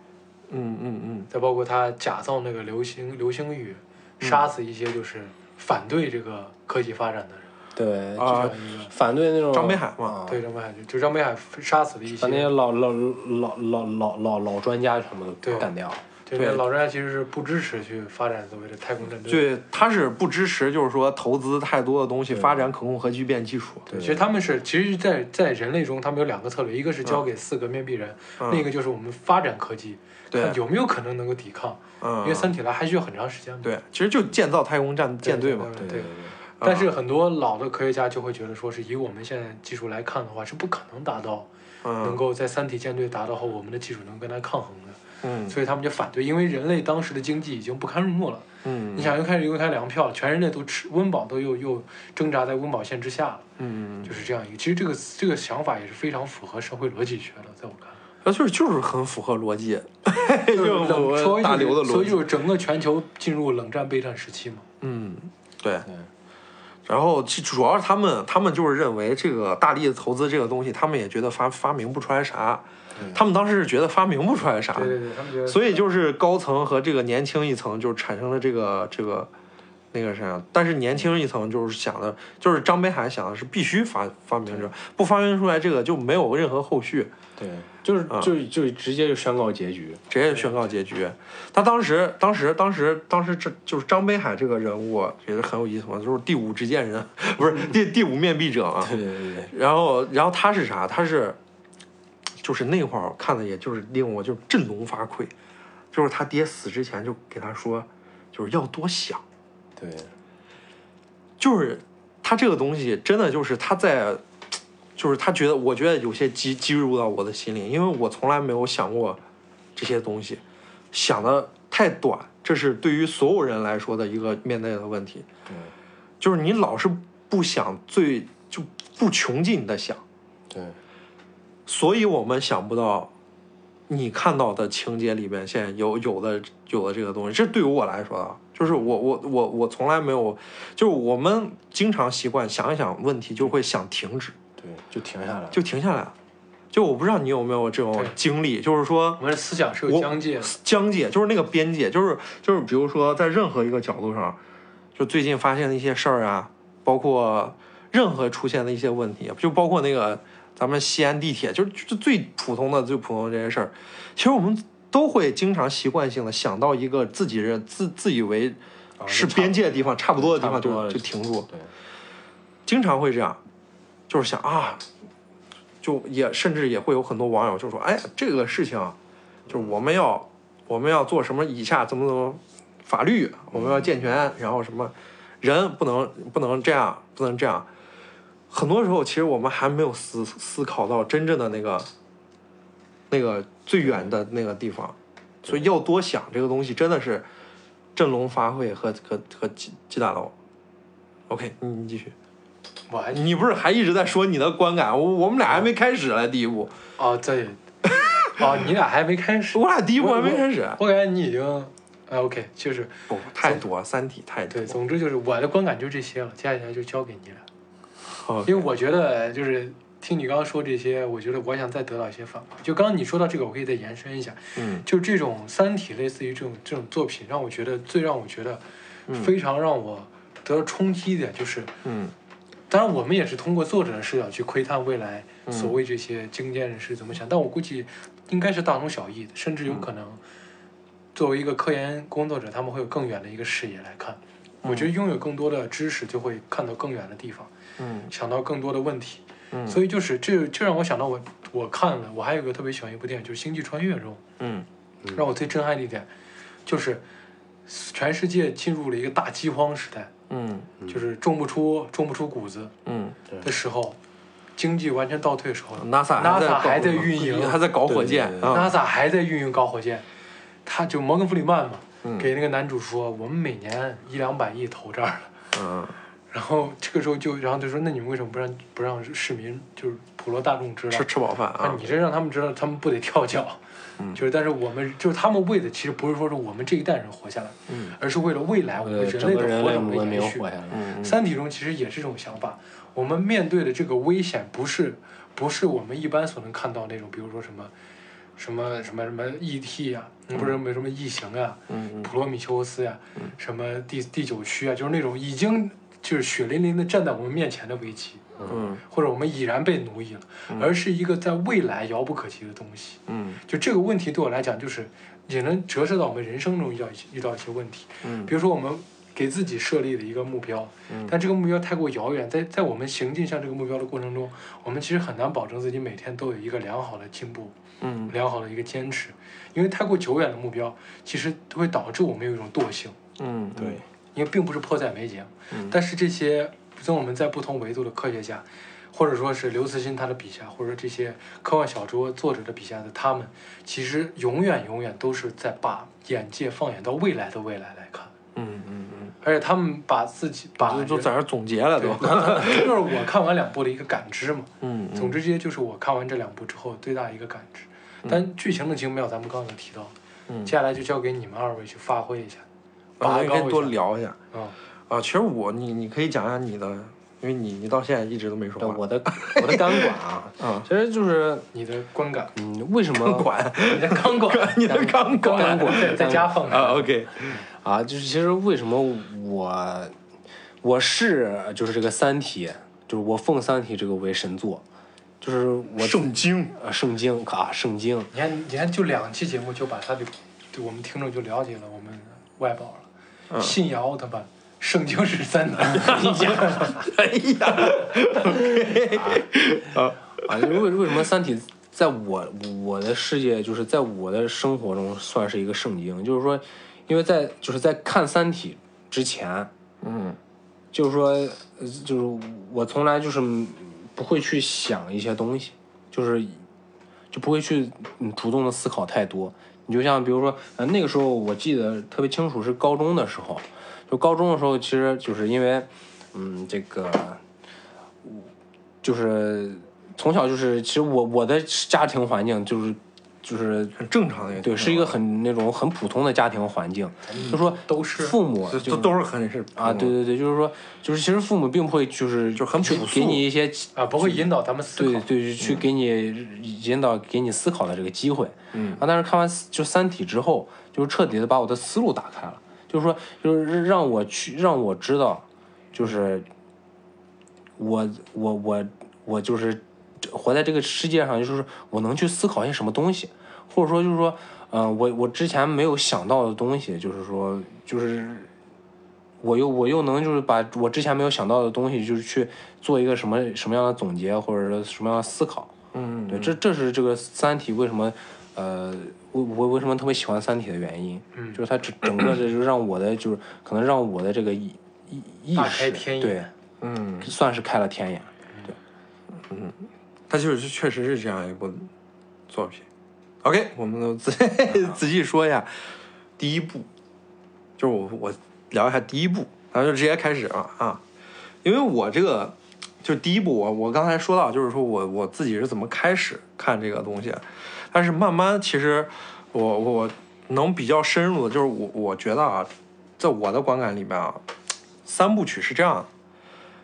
[SPEAKER 2] 嗯嗯嗯，
[SPEAKER 4] 再包括他假造那个流星流星雨，杀死一些就是反对这个科技发展的人，
[SPEAKER 3] 对，
[SPEAKER 4] 这
[SPEAKER 2] 啊
[SPEAKER 4] 样一个
[SPEAKER 3] 反对那种啊
[SPEAKER 2] 张北海嘛，
[SPEAKER 4] 对张北海，就张北海杀死了一
[SPEAKER 3] 把那些
[SPEAKER 4] 些，
[SPEAKER 3] 老老老老老老老老专家全部都
[SPEAKER 4] 对
[SPEAKER 3] 干掉，
[SPEAKER 4] 就是老专家其实是不支持去发展所谓的太空战队。
[SPEAKER 2] 对，他是不支持，就是说投资太多的东西，
[SPEAKER 3] 对
[SPEAKER 2] 发展可控核聚变技术。嗯
[SPEAKER 3] 对
[SPEAKER 4] 其实他们是，其实在，在人类中，他们有两个策略，一个是交给四个面壁人，
[SPEAKER 2] 嗯
[SPEAKER 4] 另一个就是我们发展科技，
[SPEAKER 2] 对
[SPEAKER 4] 看有没有可能能够抵抗，
[SPEAKER 2] 嗯，
[SPEAKER 4] 因为三体来还需要很长时间嘛。
[SPEAKER 2] 对，其实就建造太空战舰队嘛。
[SPEAKER 4] 对
[SPEAKER 3] 对对，
[SPEAKER 4] 但
[SPEAKER 2] 啊
[SPEAKER 4] 是很多老的科学家就会觉得，说是以我们现在技术来看的话，是不可能达到能
[SPEAKER 2] 嗯
[SPEAKER 4] 够在三体舰队达到后，我们的技术能跟它抗衡的，
[SPEAKER 2] 嗯
[SPEAKER 4] 所以他们就反对，因为人类当时的经济已经不堪入目了。
[SPEAKER 2] 嗯，
[SPEAKER 4] 你想，又开始又开粮票了，全人类都吃温饱，都又又挣扎在温饱线之下了，
[SPEAKER 2] 嗯，
[SPEAKER 4] 就是这样一个。其实这个这个想法也是非常符合社会逻辑学的，在我看来。
[SPEAKER 2] 那呃就是就是很符合逻辑，
[SPEAKER 4] 就是
[SPEAKER 2] 就
[SPEAKER 4] 冷，所
[SPEAKER 2] 我
[SPEAKER 4] 以
[SPEAKER 2] 大
[SPEAKER 4] 就
[SPEAKER 2] 刘的
[SPEAKER 4] 是所
[SPEAKER 2] 逻
[SPEAKER 4] 以
[SPEAKER 2] 辑。
[SPEAKER 4] 就是整个全球进入冷战备战时期嘛。
[SPEAKER 2] 嗯，对
[SPEAKER 3] 对。
[SPEAKER 2] 然后其主要是他们，他们就是认为这个大力投资这个东西，他们也觉得发发明不出来啥，他们当时是觉得发明不出来啥，
[SPEAKER 4] 对对对，他们觉得。
[SPEAKER 2] 所以就是高层和这个年轻一层就产生了这个这个那个啥，但是年轻一层就是想的，就是张北海想的是必须发发明者，不发明出来这个就没有任何后续，
[SPEAKER 3] 对，就是
[SPEAKER 2] 啊
[SPEAKER 3] 就就直接就宣告结局。
[SPEAKER 2] 直接宣告结局。他当时当时当时当时这就是张北海这个人物也是很有意思嘛，就是第五执剑人，不是第第五面壁者嘛。
[SPEAKER 3] 对对对对，
[SPEAKER 2] 然后然后他是啥？他是就是那会儿看的，也就是令我就振聋发聩，就是他爹死之前就给他说，就是要多想。
[SPEAKER 3] 对，
[SPEAKER 2] 就是他这个东西真的就是他在，就是他觉得，我觉得有些激激入到我的心里，因为我从来没有想过这些东西，想的太短，这是对于所有人来说的一个面对的问题。
[SPEAKER 3] 对，
[SPEAKER 2] 就是你老是不想最就不穷尽的想，
[SPEAKER 3] 对，
[SPEAKER 2] 所以我们想不到。你看到的情节里边，现在有有的有的这个东西，这对于我来说啊，就是我我我我从来没有，就是我们经常习惯想一想问题就会想停止，
[SPEAKER 3] 对，就停下来了。
[SPEAKER 2] 就停下来了。就我不知道你有没有这种
[SPEAKER 4] 对
[SPEAKER 2] 经历，就是说
[SPEAKER 4] 我们的思想是有
[SPEAKER 2] 我
[SPEAKER 4] 疆界的，
[SPEAKER 2] 疆界，就是那个边界，就是就是比如说在任何一个角度上，就最近发现的一些事儿啊，包括任何出现的一些问题，就包括那个咱们西安地铁，就是就是最普通的最普通的这些事儿，其实我们都会经常习惯性的想到一个自己认自自以为
[SPEAKER 3] 啊
[SPEAKER 2] 是边，界的地方，差不多的地方
[SPEAKER 3] 差不多
[SPEAKER 2] 就
[SPEAKER 3] 了
[SPEAKER 2] 就停住
[SPEAKER 3] 就，对，
[SPEAKER 2] 经常会这样，就是想啊，就也甚至也会有很多网友就说，哎，这个事情啊，就是我们要我们要做什么以下怎么怎么法律，我们要健全，然后什么人不能不能这样，不能这样。很多时候，其实我们还没有思思考到真正的那个那个最远的那个地方，所以要多想这个东西，真的是振聋发聩和和和击击打到。OK，你你继续。
[SPEAKER 4] 我还
[SPEAKER 2] 你不是还一直在说你的观感？我我们俩还没开始嘞，第一步，
[SPEAKER 4] 哦对，哦你俩还没开始，
[SPEAKER 2] 我俩第一步还没开始。
[SPEAKER 4] 我感觉你已经，呃 OK，就是
[SPEAKER 2] 不，太多，《三体》太多
[SPEAKER 4] 对，。总之就是我的观感就这些了，接下来就交给你俩，
[SPEAKER 2] 好
[SPEAKER 4] 因为我觉得就是听你刚刚说这些，我觉得我想再得到一些反馈。就刚刚你说到这个，我可以再延伸一下，
[SPEAKER 2] 嗯
[SPEAKER 4] 就这种《三体》类似于这种这种作品，让我觉得最让我觉得非常让我得到冲击一点就是。
[SPEAKER 2] 嗯
[SPEAKER 4] 当然，我们也是通过作者的视角去窥探未来
[SPEAKER 2] 嗯
[SPEAKER 4] 所谓这些经验人士怎么想，但我估计应该是大同小异的，甚至有
[SPEAKER 2] 嗯
[SPEAKER 4] 可能作为一个科研工作者，他们会有更远的一个视野来看。我觉得拥有更多的知识，就会看到更远的地方，
[SPEAKER 2] 嗯
[SPEAKER 4] 想到更多的问题。
[SPEAKER 2] 嗯
[SPEAKER 4] 所以就是这，这让我想到我我看了，我还有一个特别喜欢一部电影，就是《星际穿越》中，
[SPEAKER 2] 嗯
[SPEAKER 4] 让我最震撼的一点，就是全世界进入了一个大饥荒时代，
[SPEAKER 2] 嗯
[SPEAKER 4] 就是种不出种不出谷子，
[SPEAKER 2] 嗯
[SPEAKER 4] 的时候，经济完全倒退的时候
[SPEAKER 2] ，NASA
[SPEAKER 4] NASA 还
[SPEAKER 2] 在
[SPEAKER 4] 在运营
[SPEAKER 2] 还在搞火箭
[SPEAKER 3] 对对对
[SPEAKER 2] 啊。
[SPEAKER 4] ，NASA 还在运营搞火箭，他就摩根弗里曼嘛，
[SPEAKER 2] 嗯
[SPEAKER 4] 给那个男主说，我们每年一两百亿投这儿了，
[SPEAKER 2] 嗯
[SPEAKER 4] 然后这个时候就，然后就说，那你们为什么不让不让市民就是普罗大众知道
[SPEAKER 2] 吃？吃饱饭
[SPEAKER 4] 那
[SPEAKER 2] 啊。
[SPEAKER 4] 你这让他们知道，他们不得跳脚？
[SPEAKER 2] 嗯
[SPEAKER 4] 就是，但是我们就是他们为的，其实不是说是我们这一代人活下来，
[SPEAKER 2] 嗯
[SPEAKER 4] 而是为了未来我们
[SPEAKER 3] 呃，
[SPEAKER 4] 人
[SPEAKER 3] 整
[SPEAKER 4] 类
[SPEAKER 3] 个
[SPEAKER 4] 的
[SPEAKER 3] 人
[SPEAKER 4] 活
[SPEAKER 3] 类
[SPEAKER 4] 动的
[SPEAKER 3] 文明
[SPEAKER 4] 延续。
[SPEAKER 3] 活下来了。
[SPEAKER 2] 嗯
[SPEAKER 4] 三体中其实也是这种想法。我们面对的这个危险，不是不是我们一般所能看到那种，比如说什么什么什么什么 E.T. 啊，不
[SPEAKER 3] 嗯
[SPEAKER 4] 是没什么异形啊，
[SPEAKER 2] 嗯
[SPEAKER 4] 普罗米修斯啊，什么第第九区啊，就是那种已经就是血淋淋的站在我们面前的危机。
[SPEAKER 2] 嗯嗯
[SPEAKER 4] 或者我们已然被奴役了，而是一个在未来遥不可及的东西。
[SPEAKER 2] 嗯
[SPEAKER 4] 就这个问题对我来讲，就是也能折射到我们人生中遇到一些遇到一些问题，
[SPEAKER 2] 嗯
[SPEAKER 4] 比如说我们给自己设立的一个目标，
[SPEAKER 2] 嗯
[SPEAKER 4] 但这个目标太过遥远，在在我们行进向这个目标的过程中，我们其实很难保证自己每天都有一个良好的进步，
[SPEAKER 2] 嗯
[SPEAKER 4] 良好的一个坚持，因为太过久远的目标，其实会导致我们有一种惰性，
[SPEAKER 2] 嗯，对，
[SPEAKER 4] 因为并不是迫在眉睫。啊
[SPEAKER 2] 嗯
[SPEAKER 4] 但是这些跟我们在不同维度的科学家，或者说是刘慈欣他的笔下，或者这些科幻小说作者的笔下的他们，其实永远永远都是在把眼界放眼到未来的未来来看，
[SPEAKER 2] 嗯嗯嗯，
[SPEAKER 4] 而且他们把自己把
[SPEAKER 2] 就
[SPEAKER 4] 人
[SPEAKER 2] 就在这总结了
[SPEAKER 4] 对
[SPEAKER 2] 都，，
[SPEAKER 4] 就是我看完两部的一个感知嘛。
[SPEAKER 2] 嗯，嗯
[SPEAKER 4] 总之，这些就是我看完这两部之后最大一个感知。但剧情的精妙，咱们刚刚有提到，
[SPEAKER 2] 嗯
[SPEAKER 4] 接下来就交给你们二位去发挥一下，
[SPEAKER 2] 啊
[SPEAKER 4] 拔
[SPEAKER 2] 咱
[SPEAKER 4] 高
[SPEAKER 2] 可以多
[SPEAKER 4] 一下。
[SPEAKER 2] 聊一下
[SPEAKER 4] 啊，
[SPEAKER 2] 啊。其实我你你可以讲讲你的，因为你你到现在一直都没
[SPEAKER 3] 对
[SPEAKER 2] 说话，
[SPEAKER 3] 我的我的钢管啊
[SPEAKER 2] 啊。
[SPEAKER 3] 其实就是
[SPEAKER 4] 你的观感，
[SPEAKER 3] 嗯，为什么
[SPEAKER 2] 管
[SPEAKER 4] 你的钢管，
[SPEAKER 2] 你的钢管
[SPEAKER 4] 钢管在在家放着。
[SPEAKER 2] 啊，OK，
[SPEAKER 3] 啊，就是其实为什么我我是就是这个《三体》，就是我奉《三体》这个为神作，就是我
[SPEAKER 2] 圣经，
[SPEAKER 3] 呃圣经啊圣经，
[SPEAKER 4] 你看，你看，就两期节目就把他的，对我们听众就了解了我们外保了，
[SPEAKER 2] 嗯
[SPEAKER 4] 信仰奥特曼，圣经 是三难，你讲，
[SPEAKER 2] 哎呀，
[SPEAKER 3] 啊，就是为为什么《三体》在我我的世界，就是在我的生活中算是一个圣经？就是说，因为在就是在看《三体》之前，
[SPEAKER 2] 嗯
[SPEAKER 3] 就是说，呃就是我从来就是不会去想一些东西，就是就不会去嗯主动的思考太多。你就像比如说，呃，那个时候我记得特别清楚是高中的时候，就高中的时候，其实就是因为，嗯，这个，就是从小就是，其实我我的家庭环境就是就是
[SPEAKER 2] 很正常的一个，
[SPEAKER 3] 对，是一个很那种很普通的家庭环境，就说
[SPEAKER 4] 都是
[SPEAKER 3] 父母
[SPEAKER 2] 这
[SPEAKER 3] 就
[SPEAKER 2] 都都是很是
[SPEAKER 3] 啊，对，对对，就是说，就是其实父母并不会就是
[SPEAKER 2] 就是很
[SPEAKER 3] 去
[SPEAKER 2] 朴素
[SPEAKER 3] 给你一些
[SPEAKER 4] 啊，不会引导咱们思
[SPEAKER 3] 对
[SPEAKER 4] 考。嗯
[SPEAKER 3] 对去给你引导给你思考的这个机会。
[SPEAKER 2] 嗯
[SPEAKER 3] 啊，但是看完就《三体》之后，就是彻底的把我的思路打开了，就是说，就是让我去让我知道，就是我我我我就是活在这个世界上，就是我能去思考一些什么东西，或者说就是说，嗯、我我之前没有想到的东西，就是说就是。我又我又能就是把我之前没有想到的东西，就是去做一个什么什么样的总结，或者说什么样的思考。
[SPEAKER 2] 嗯，
[SPEAKER 3] 对，这这是这个《三体》为什么，呃，我我为什么特别喜欢《三体》的原因，
[SPEAKER 4] 嗯
[SPEAKER 3] 就是它整整个的就让我的就是可能让我的这个意意意
[SPEAKER 4] 大开
[SPEAKER 3] 识
[SPEAKER 4] 天眼
[SPEAKER 3] 对，
[SPEAKER 2] 嗯，
[SPEAKER 3] 算是开了天眼。
[SPEAKER 2] 它就是确实是这样一部作品。OK，我们都仔 仔细说一下第一部，就是我我聊一下第一部，咱就直接开始啊啊，因为我这个就是第一部我我刚才说到，就是说我我自己是怎么开始看这个东西，但是慢慢其实我我我能比较深入的，就是我我觉得啊，在我的观感里面啊，三部曲是这样的。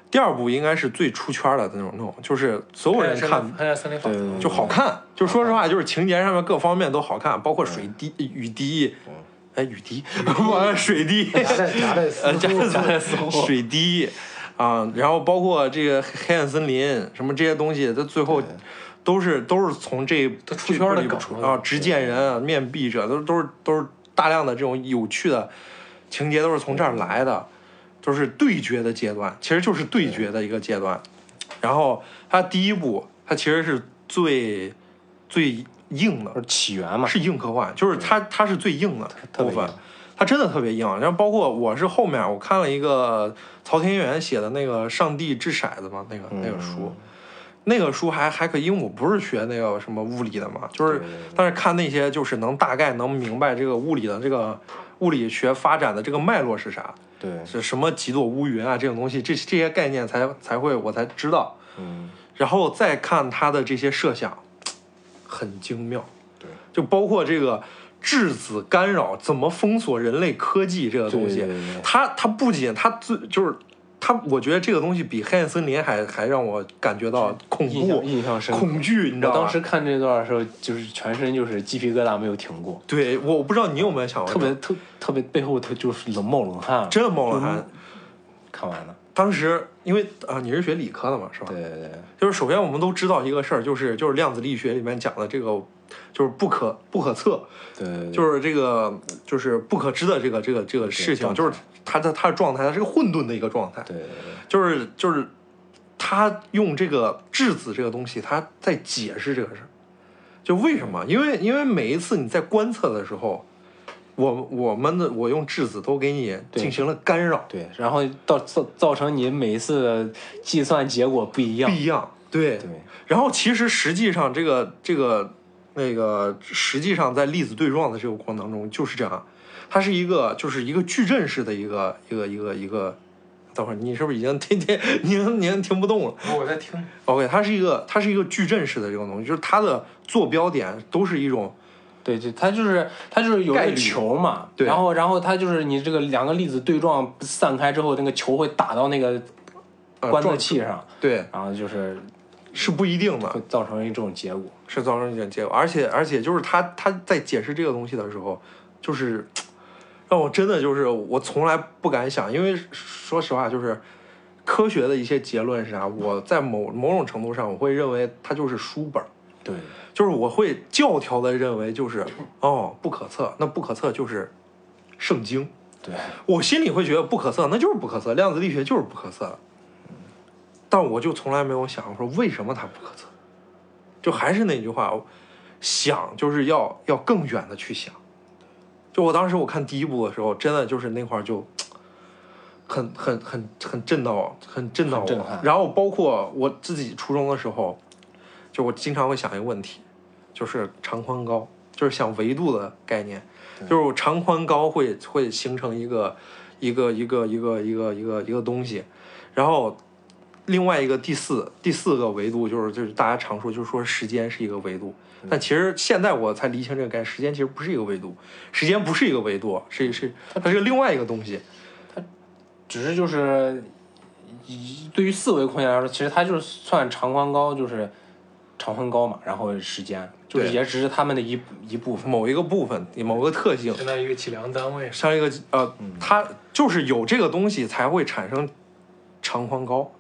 [SPEAKER 2] 第二部应该是最出圈的那种，那种就是所有人看
[SPEAKER 4] 黑暗森林法
[SPEAKER 3] 对对
[SPEAKER 4] 则
[SPEAKER 3] 对
[SPEAKER 2] 就好看，就说实话，就是情节上面各方面都好看，包括
[SPEAKER 4] 嗯
[SPEAKER 2] 水滴、雨滴，哎，雨滴， 我水滴，
[SPEAKER 4] 夹带 夹带丝
[SPEAKER 2] 呃，加
[SPEAKER 4] 路，
[SPEAKER 2] 勒斯水滴啊，然后包括这个黑暗森林什么这些东西，它最后都是都是从这
[SPEAKER 4] 都出圈
[SPEAKER 2] 这部
[SPEAKER 4] 的
[SPEAKER 2] 里
[SPEAKER 4] 梗
[SPEAKER 2] 出啊，执剑人啊，面壁者都都是都是大量的这种有趣的情节都是从这儿来的，都是对决的阶段，其实就是对决的一个阶段。然后它第一部，它其实是最最硬的，
[SPEAKER 3] 就是起源嘛，
[SPEAKER 2] 是硬科幻，就是它它是最硬的
[SPEAKER 3] 特
[SPEAKER 2] 部
[SPEAKER 3] 别
[SPEAKER 2] 分
[SPEAKER 3] 硬，
[SPEAKER 2] 它真的特别硬。然后包括我是后面我看了一个曹天元写的那个《上帝掷骰子》嘛，那个
[SPEAKER 3] 嗯
[SPEAKER 2] 那个书，那个书还还可以，因为我不是学那个什么物理的嘛，就是
[SPEAKER 3] 对对对
[SPEAKER 2] 但是看那些就是能大概能明白这个物理的这个物理学发展的这个脉络是啥，
[SPEAKER 3] 对，
[SPEAKER 2] 是什么几朵乌云啊这种东西，这这些概念才才会我才知道。
[SPEAKER 3] 嗯，
[SPEAKER 2] 然后再看他的这些设想，很精妙。
[SPEAKER 3] 对，
[SPEAKER 2] 就包括这个质子干扰怎么封锁人类科技这个东西
[SPEAKER 3] 对对对对，
[SPEAKER 2] 他他不仅他最就是他，我觉得这个东西比黑暗森林还还让我感觉到恐
[SPEAKER 3] 嗯印象
[SPEAKER 2] 怖、
[SPEAKER 3] 印象深刻。
[SPEAKER 2] 恐惧，你知
[SPEAKER 3] 我
[SPEAKER 2] 道吗？
[SPEAKER 3] 当时看这段的时候，就是全身就是鸡皮疙瘩没有停过，
[SPEAKER 2] 对我我不知道你有没有想过，
[SPEAKER 3] 特别特特别背后特就是冷冒冷汗，啊
[SPEAKER 2] 真的冒冷汗。
[SPEAKER 3] 看完了。
[SPEAKER 2] 当时因为啊、你是学理科的嘛，是吧？
[SPEAKER 3] 对对对，
[SPEAKER 2] 就是首先我们都知道一个事儿，就是就是量子力学里面讲的这个，就是不可不可测，
[SPEAKER 3] 对对对，
[SPEAKER 2] 就是这个就是不可知的这个这个这个事情，
[SPEAKER 3] 状态
[SPEAKER 2] 就是它的它的状态，它是个混沌的一个状态，
[SPEAKER 3] 对对对
[SPEAKER 2] 就是就是他用这个质子这个东西，他在解释这个事儿，就为什么？因为因为每一次你在观测的时候，我我们的我用质子都给你
[SPEAKER 3] 对
[SPEAKER 2] 进行了干扰，
[SPEAKER 3] 对，然后到造造成你每一次的计算结果不一
[SPEAKER 2] 不
[SPEAKER 3] 样，
[SPEAKER 2] 一样，对。
[SPEAKER 3] 对
[SPEAKER 2] 然后其实实际上这个这个那个实际上在粒子对撞的这个过程当中就是这样，它是一个就是一个矩阵式的一个一个一个一个。等会儿你是不是已经听听您您听不动了？
[SPEAKER 4] 我在听，
[SPEAKER 2] OK，它是一个它是一个矩阵式的这种东西，就是它的坐标点都是一种
[SPEAKER 3] 对对，它就是它就是有
[SPEAKER 2] 概
[SPEAKER 3] 个
[SPEAKER 2] 率
[SPEAKER 3] 球嘛，
[SPEAKER 2] 对
[SPEAKER 3] 然后然后它就是你这个两个粒子对撞散开之后，那个球会打到那个
[SPEAKER 2] 呃
[SPEAKER 3] 观测
[SPEAKER 2] 撞
[SPEAKER 3] 器上，
[SPEAKER 2] 对，
[SPEAKER 3] 然后就是
[SPEAKER 2] 是不一定的
[SPEAKER 3] 会，造成一种结果。
[SPEAKER 2] 是造成一种结果，而且而且就是他他在解释这个东西的时候，就是让我真的就是我从来不敢想，因为说实话就是科学的一些结论是啥，我在某某种程度上我会认为它就是书本儿，
[SPEAKER 3] 对
[SPEAKER 2] 就是我会教条的认为就是哦不可测，那不可测就是圣经。
[SPEAKER 3] 对
[SPEAKER 2] 我心里会觉得不可测，那就是不可测，量子力学就是不可测的。但我就从来没有想过说为什么它不可测，就还是那句话，想就是要要更远的去想。就我当时我看第一部的时候，真的就是那块儿就很很很很震到，很震到
[SPEAKER 3] 很
[SPEAKER 2] 我
[SPEAKER 3] 震撼。
[SPEAKER 2] 然后包括我自己初中的时候，就我经常会想一个问题，就是长宽高，就是想维度的概念，就是长宽高会会形成一个一个一个一个一个一个一个东西，然后另外一个第四第四个维度就是就是大家常说就是说时间是一个维度，但其实现在我才厘清这个概念，时间其实不是一个维度，时间不是一个维度，啊是是它是另外一个东西，
[SPEAKER 3] 只是就是以对于四维空间来说，其实它就是算长宽高，就是长宽高嘛，然后时间就是
[SPEAKER 2] 对
[SPEAKER 3] 也只是它们的一一部 分。
[SPEAKER 2] 某一个部分某个特性，
[SPEAKER 4] 相当于一个计量单位。
[SPEAKER 2] 像一个呃，它就是有这个东西才会产生长宽高。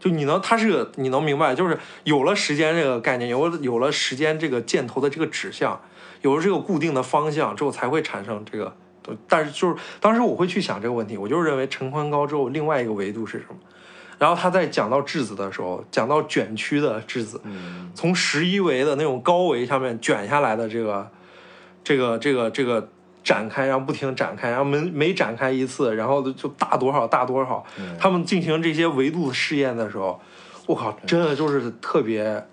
[SPEAKER 2] 就你能，它是个你能明白，就是有了时间这个概念，有了有了时间这个箭头的这个指向，有了这个固定的方向之后，才会产生这个。但是就是当时我会去想这个问题，我就认为长宽高之后另外一个维度是什么。然后他在讲到质子的时候，讲到卷曲的质子，从十一维的那种高维上面卷下来的这个这个这个这个展开，然后不停展开，然后每每展开一次，然后就大多少大多少。他们进行这些维度的试验的时候，我靠，真的就是特别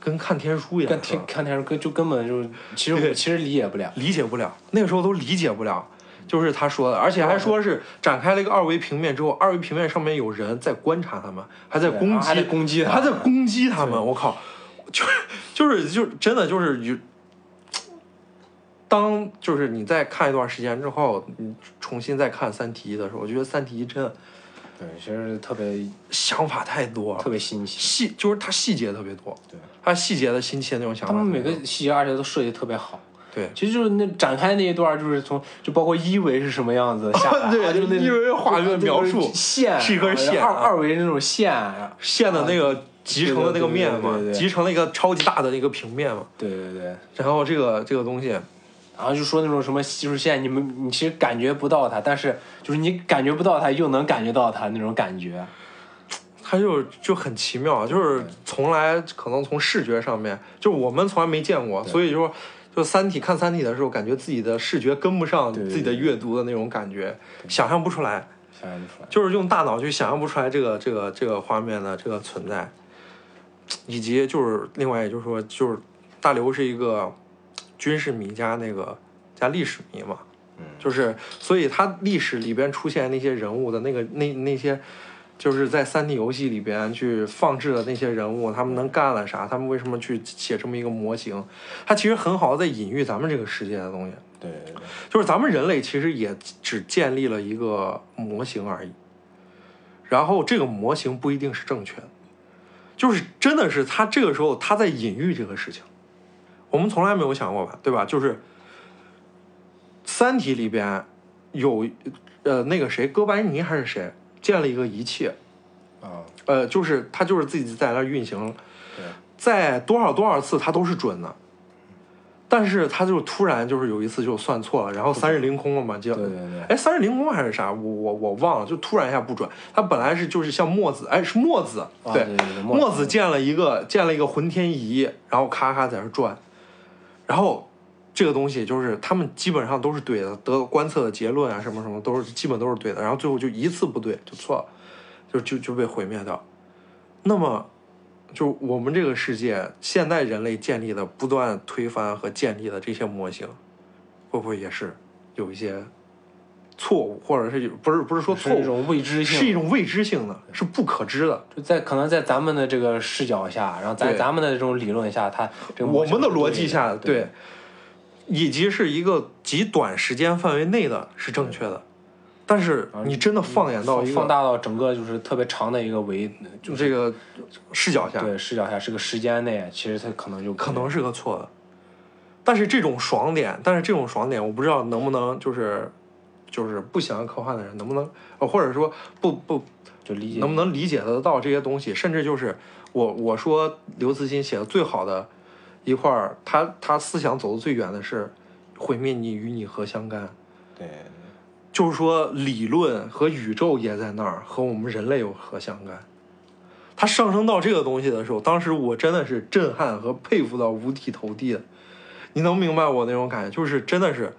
[SPEAKER 2] 跟看天书一样
[SPEAKER 3] 但，听看电视根就根本就是，其实
[SPEAKER 2] 对
[SPEAKER 3] 我其实理解不了。
[SPEAKER 2] 理解不了，那个时候都理解不了。就是他说的，而且还说是展开了一个二维平面之后，二维平面上面有人在观察他们，还在
[SPEAKER 3] 对
[SPEAKER 2] 攻
[SPEAKER 3] 还
[SPEAKER 2] 击
[SPEAKER 3] 得攻击它，
[SPEAKER 2] 他在攻击他们，我靠，就是就是就是真的就是有，当就是你在看一段时间之后，你重新再看《三体一》的时候，我觉得《三体一》真的
[SPEAKER 3] 对，其实特别
[SPEAKER 2] 想法太多
[SPEAKER 3] 特
[SPEAKER 2] 了，
[SPEAKER 3] 别新奇。
[SPEAKER 2] 细就是它细节特别多，
[SPEAKER 3] 对，
[SPEAKER 2] 它细节的新奇的那种想
[SPEAKER 3] 他
[SPEAKER 2] 法，
[SPEAKER 3] 们每个细节而且都设计得特别好。
[SPEAKER 2] 对。
[SPEAKER 3] 其实就是那展开那一段，就是从就包括一维是什么 样子下来，
[SPEAKER 2] 对
[SPEAKER 3] 啊就那
[SPEAKER 2] 一维画面描述
[SPEAKER 3] 那个线
[SPEAKER 2] 是一根线
[SPEAKER 3] 二
[SPEAKER 2] 啊
[SPEAKER 3] 二维那种线，啊
[SPEAKER 2] 线的那个集成的那个面嘛
[SPEAKER 3] 对对对对，对
[SPEAKER 2] 集成了一个超级大的一个平面嘛，
[SPEAKER 3] 对对对，
[SPEAKER 2] 然后这个这个东西，
[SPEAKER 3] 然后就说那种什么技术线，你们你其实感觉不到它，但是就是你感觉不到它，又能感觉到它那种感觉，
[SPEAKER 2] 它就就很奇妙，啊就是从来可能从视觉上面，就是我们从来没见过，所以说就《三体》看《三体》的时候，感觉自己的视觉跟不上
[SPEAKER 3] 对对
[SPEAKER 2] 自己的阅读的那种感觉，想象不出来，
[SPEAKER 3] 想象不出来。
[SPEAKER 2] 就是用大脑去想象不出来这个这个这个画面的这个存在，以及就是另外也就是说，就是大刘是一个军事迷加那个加历史迷嘛，
[SPEAKER 3] 嗯
[SPEAKER 2] 就是所以他历史里边出现那些人物的那个那那些。就是在三 D 游戏里边去放置的那些人物，他们能干了啥？他们为什么去写这么一个模型？它其实很好地在隐喻咱们这个世界的东西。
[SPEAKER 3] 对对对，
[SPEAKER 2] 就是咱们人类其实也只建立了一个模型而已，然后这个模型不一定是正确的，就是真的是他这个时候他在隐喻这个事情，我们从来没有想过吧，对吧？就是《三体》里边有呃那个谁哥白尼还是谁建了一个仪器，
[SPEAKER 3] 啊，
[SPEAKER 2] 呃，就是它就是自己在那儿运行了
[SPEAKER 3] 对，
[SPEAKER 2] 在多少多少次它都是准的，但是它就突然就是有一次就算错了，然后三日凌空了嘛，就
[SPEAKER 3] 对对对，
[SPEAKER 2] 哎三日凌空还是啥，我我我忘了，就突然一下不准，它本来是就是像墨子，哎是墨子，
[SPEAKER 3] 啊
[SPEAKER 2] 对
[SPEAKER 3] 对对对墨
[SPEAKER 2] 墨
[SPEAKER 3] 子
[SPEAKER 2] 子建了一个建了一个浑天仪，然后咔咔在那儿转，然后这个东西就是他们基本上都是对的，得观测的结论啊什么什么都是基本都是对的，然后最后就一次不对就错了，就就就被毁灭掉。那么，就我们这个世界现代人类建立的不断推翻和建立的这些模型，会不会也是有一些错误，或者是有不是不是说错
[SPEAKER 3] 是一
[SPEAKER 2] 误，
[SPEAKER 3] 种未知性，
[SPEAKER 2] 是一种未知性的，是不可知的。
[SPEAKER 3] 就在可能在咱们的这个视角下，然后在
[SPEAKER 2] 对
[SPEAKER 3] 咱们的这种理论下，它这个
[SPEAKER 2] 我
[SPEAKER 3] 模型
[SPEAKER 2] 们的
[SPEAKER 3] 是
[SPEAKER 2] 逻
[SPEAKER 3] 对
[SPEAKER 2] 辑下，
[SPEAKER 3] 对
[SPEAKER 2] 对，以及是一个极短时间范围内的是正确的，但是你真的放眼到一
[SPEAKER 3] 啊放
[SPEAKER 2] 个
[SPEAKER 3] 大到整个就是特别长的一个维，就
[SPEAKER 2] 就是这个视角下，
[SPEAKER 3] 对视角下这个时间内，其实它可能就
[SPEAKER 2] 啊可能是个错的。但是这种爽点，但是这种爽点，我不知道能不能就是就是不喜欢科幻的人能不能，呃或者说不不
[SPEAKER 3] 就理解
[SPEAKER 2] 能不能理解得到这些东西，甚至就是我我说刘慈欣写的最好的一块儿，他他思想走得最远的是毁灭你与你何相干，
[SPEAKER 3] 对
[SPEAKER 2] 就是说理论和宇宙也在那儿，和我们人类有何相干？他上升到这个东西的时候，当时我真的是震撼和佩服到五体投地的。你能明白我那种感觉？就是真的是，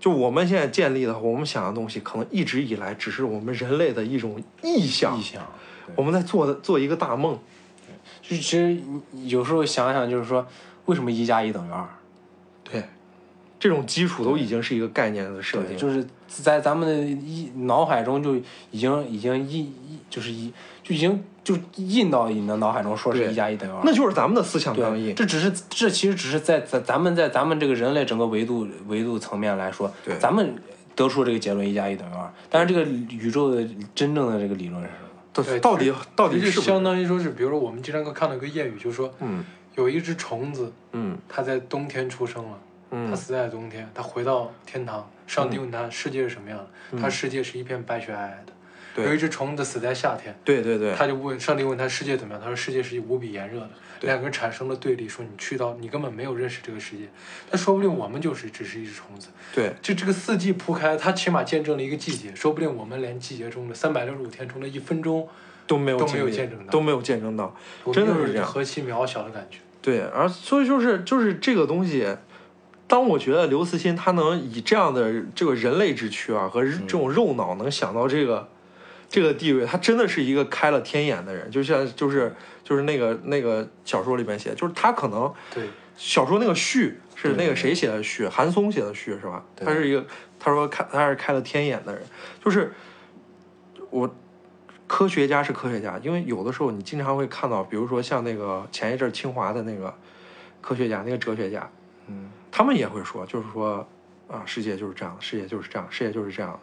[SPEAKER 2] 就我们现在建立的、我们想的东西，可能一直以来只是我们人类的一种臆想
[SPEAKER 3] 意。向。对
[SPEAKER 2] 我们在做的做一个大梦，
[SPEAKER 3] 就其实你有时候想想，就是说为什么一加一等于二？
[SPEAKER 2] 对，这种基础都已经是一个概念的设
[SPEAKER 3] 对，
[SPEAKER 2] 定。
[SPEAKER 3] 就是在咱们的一脑海中就已经已经一一就是一就已经就印到你的脑海中，说是
[SPEAKER 2] 对
[SPEAKER 3] 一加一等于二。
[SPEAKER 2] 那就是咱们的思想刚
[SPEAKER 3] 对，
[SPEAKER 2] 硬。
[SPEAKER 3] 这只是这其实只是在咱咱们在咱们这个人类整个维度维度层面来说
[SPEAKER 2] 对，
[SPEAKER 3] 咱们得出这个结论一加一等于二，但是这个宇宙的真正的这个理论是什么？
[SPEAKER 2] 到
[SPEAKER 4] 对
[SPEAKER 2] 到底到底
[SPEAKER 4] 就是
[SPEAKER 2] 不
[SPEAKER 4] 相当于说是，比如说我们经常看到一个谚语，就是说
[SPEAKER 2] 嗯
[SPEAKER 4] 有一只虫子，
[SPEAKER 2] 嗯
[SPEAKER 4] 它在冬天出生了，它
[SPEAKER 2] 嗯
[SPEAKER 4] 死在冬天，它回到天堂，上帝问他世界是什么样的，他世界是一片白雪皑皑的。
[SPEAKER 2] 嗯对
[SPEAKER 4] 有一只虫子死在夏天，
[SPEAKER 2] 对对对
[SPEAKER 4] 他就问上帝问他世界怎么样，他说世界是无比炎热的，
[SPEAKER 2] 对
[SPEAKER 4] 两个人产生了对立，说你去到你根本没有认识这个世界，但说不定我们就是只是一只虫子。
[SPEAKER 2] 对
[SPEAKER 4] 就这个四季铺开，它起码见证了一个季节，说不定我们连季节中的三百六十五天中的一分钟，
[SPEAKER 2] 都没有
[SPEAKER 4] 都没有
[SPEAKER 2] 历
[SPEAKER 4] 见证到
[SPEAKER 2] 都没有见证到，
[SPEAKER 4] 我们
[SPEAKER 2] 真的
[SPEAKER 4] 就是
[SPEAKER 2] 这样
[SPEAKER 4] 何其渺小的感觉。
[SPEAKER 2] 对，而所以就是就是这个东西，当我觉得刘慈欣他能以这样的这个人类之躯啊和这种肉脑能想到这个这个地位，他真的是一个开了天眼的人，就像就是就是那个那个小说里面写，就是他可能
[SPEAKER 4] 对，
[SPEAKER 2] 小说那个序是
[SPEAKER 3] 对
[SPEAKER 2] 那个谁写的序？韩松写的序是吧？
[SPEAKER 3] 对
[SPEAKER 2] 他是一个，他说开他是开了天眼的人，就是我科学家是科学家，因为有的时候你经常会看到，比如说像那个前一阵儿清华的那个科学家，那个哲学家，
[SPEAKER 3] 嗯，
[SPEAKER 2] 他们也会说，就是说啊，世界就是这样，世界就是这样，世界就是这样。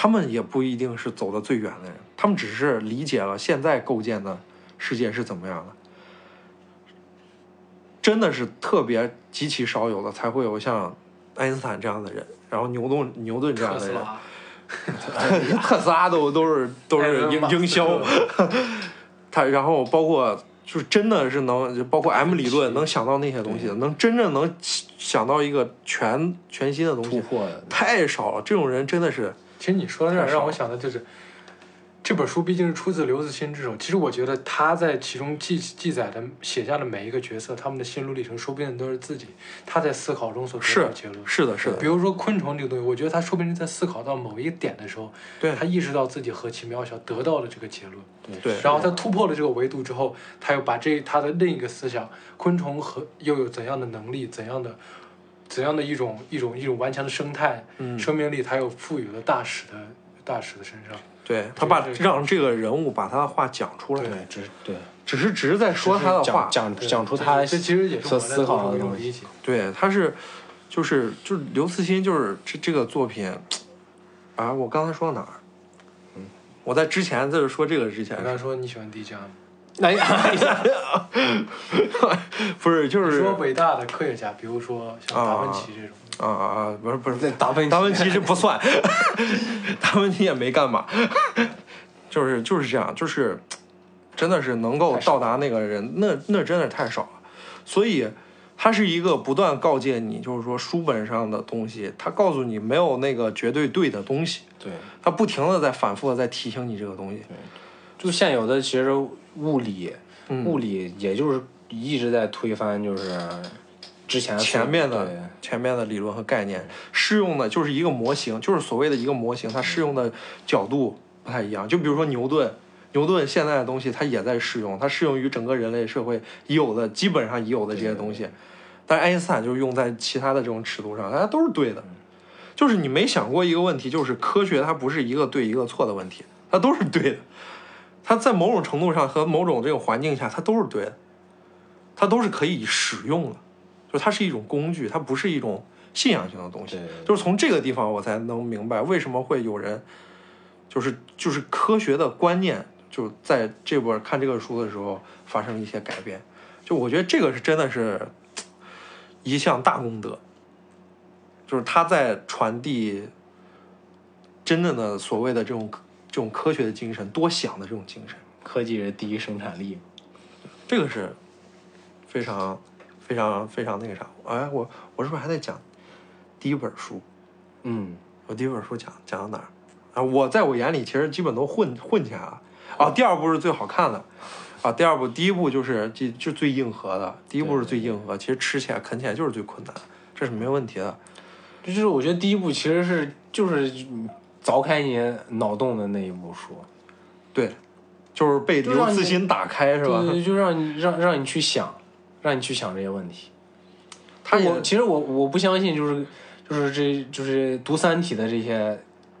[SPEAKER 2] 他们也不一定是走得最远的人，他们只是理解了现在构建的世界是怎么样的。真的是特别极其少有的，才会有像爱因斯坦这样的人，然后牛顿牛顿这样
[SPEAKER 4] 特
[SPEAKER 2] 的
[SPEAKER 4] 斯
[SPEAKER 2] 人，
[SPEAKER 4] 拉，
[SPEAKER 2] 特斯拉都都是都
[SPEAKER 4] 埃
[SPEAKER 2] 是
[SPEAKER 4] 隆
[SPEAKER 2] 营
[SPEAKER 4] 马斯克
[SPEAKER 2] 营
[SPEAKER 3] 哎
[SPEAKER 2] 销， 他然后包括就是真的是能，就包括 M 理论能想到那些东西的，能真正能想到一个全全新的东
[SPEAKER 3] 突
[SPEAKER 2] 西
[SPEAKER 3] 破的
[SPEAKER 2] 太少了，这种人真的是
[SPEAKER 4] 其实你说到这儿，
[SPEAKER 2] 太少
[SPEAKER 4] 让我想的就是，这本书毕竟是出自刘慈欣之手。其实我觉得他在其中记记载的、写下的每一个角色，他们的心路历程，说不定都是自己他在思考中所得
[SPEAKER 2] 是
[SPEAKER 4] 到的结论。
[SPEAKER 2] 是的是的
[SPEAKER 4] 比，如说昆虫这个东西，我觉得他说不定在思考到某一个点的时候，
[SPEAKER 2] 对
[SPEAKER 4] 他意识到自己何其渺小，得到了这个结论。
[SPEAKER 2] 对
[SPEAKER 3] 啊
[SPEAKER 4] 然后他突破了这个维度之后，他又把这他的另一个思想，昆虫和又有怎样的能力，怎样的怎样的一种一种一种顽强的生态、
[SPEAKER 2] 嗯
[SPEAKER 4] 生命力，他又赋予了大使的大使的身上。
[SPEAKER 2] 对他把
[SPEAKER 4] 对对
[SPEAKER 2] 让这个人物把他的话讲出来，
[SPEAKER 3] 对，只是对
[SPEAKER 2] 只是只是在说他的
[SPEAKER 3] 只是
[SPEAKER 2] 话，
[SPEAKER 3] 讲讲
[SPEAKER 4] 对
[SPEAKER 3] 讲出
[SPEAKER 4] 这
[SPEAKER 3] 他
[SPEAKER 4] 这其实也是
[SPEAKER 3] 所
[SPEAKER 4] 我在
[SPEAKER 3] 思
[SPEAKER 4] 做
[SPEAKER 3] 考
[SPEAKER 4] 出
[SPEAKER 3] 的
[SPEAKER 4] 一种
[SPEAKER 3] 东西。
[SPEAKER 4] 理解。
[SPEAKER 2] 对，他是，就是就是刘慈欣，就是这这个作品，啊，我刚才说到哪儿？
[SPEAKER 3] 嗯
[SPEAKER 2] 我在之前在这说这个之前
[SPEAKER 4] 我，刚才说你喜欢迪迦吗，
[SPEAKER 3] 哎呀，
[SPEAKER 2] 不是就
[SPEAKER 4] 你
[SPEAKER 2] 是
[SPEAKER 4] 说伟大的科学家，比如说像达芬奇这种，
[SPEAKER 2] 啊啊啊，不是不是，
[SPEAKER 3] 达芬 奇
[SPEAKER 2] 达芬奇这不算，达芬奇也没干嘛， 就是就是这样，就是真的是能够到达那个人，那那真的是太少了。所以它是一个不断告诫你，就是说书本上的东西，它告诉你没有那个绝对对的东西，
[SPEAKER 3] 对，
[SPEAKER 2] 它不停的在反复的在提醒你这个东西。
[SPEAKER 3] 就现有的其实物理，
[SPEAKER 2] 嗯
[SPEAKER 3] 物理也就是一直在推翻，就是之前
[SPEAKER 2] 前面的
[SPEAKER 3] 对
[SPEAKER 2] 前面的理论和概念适用的就是一个模型，就是所谓的一个模型，它适用的角度不太一样。就比如说牛顿，牛顿现在的东西它也在适用，它适用于整个人类社会已有的基本上已有的这些东西。但是爱因斯坦就是用在其他的这种尺度上，大家都是对的。就是你没想过一个问题，就是科学它不是一个对一个错的问题，它都是对的。它在某种程度上和某种这种环境下，它都是对的，它都是可以使用的。就它是一种工具，它不是一种信仰性的东西
[SPEAKER 3] 对。
[SPEAKER 2] 就是从这个地方，我才能明白为什么会有人，就是就是科学的观念，就在这本看这个书的时候发生一些改变。就我觉得这个是真的是一项大功德，就是他在传递真正的所谓的这种这种科学的精神，多想的这种精神，
[SPEAKER 3] 科技是第一生产力嘛，
[SPEAKER 2] 这个是非常非常非常那个啥。哎，我我是不是还在讲第一本书？
[SPEAKER 3] 嗯，
[SPEAKER 2] 我第一本书讲讲到哪儿？啊，我在我眼里其实基本都混混起来了。啊，第二部是最好看的，啊，第二部第一部就是就就最硬核的，第一部是最硬核，其实吃起来啃起来就是最困难，这是没问题的。
[SPEAKER 3] 这就是我觉得第一部其实是就是凿开你脑洞的那一部书，
[SPEAKER 2] 对，就是被
[SPEAKER 3] 就
[SPEAKER 2] 刘
[SPEAKER 3] 让你
[SPEAKER 2] 慈欣打开是吧
[SPEAKER 3] 对？对，就让你让让你去想，让你去想这些问题。
[SPEAKER 2] 他也
[SPEAKER 3] 我其实我我不相信，就是就是这就是读《三体》的这些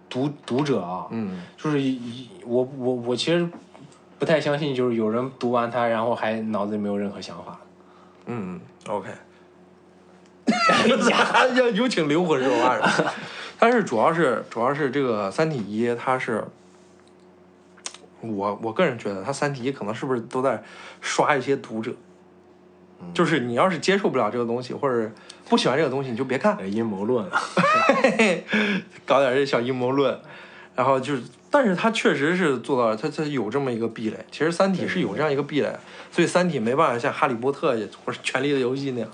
[SPEAKER 3] 读读者啊，
[SPEAKER 2] 嗯，
[SPEAKER 3] 就是一我我我其实不太相信，就是有人读完它，然后还脑子里没有任何想法。
[SPEAKER 2] 嗯，OK。要有请灵魂是吧？ 但是主要是主要是这个《三体一》，它是我我个人觉得，它《三体一》可能是不是都在刷一些读者，就是你要是接受不了这个东西，或者不喜欢这个东西，你就别看。
[SPEAKER 3] 呃阴谋论啊了，
[SPEAKER 2] 搞点这小阴谋论，然后就是，但是他确实是做到了，他他有这么一个壁垒。其实《三体》是有这样一个壁垒，所以《三体》没办法像《哈利波特》也或者《权力的游戏》那样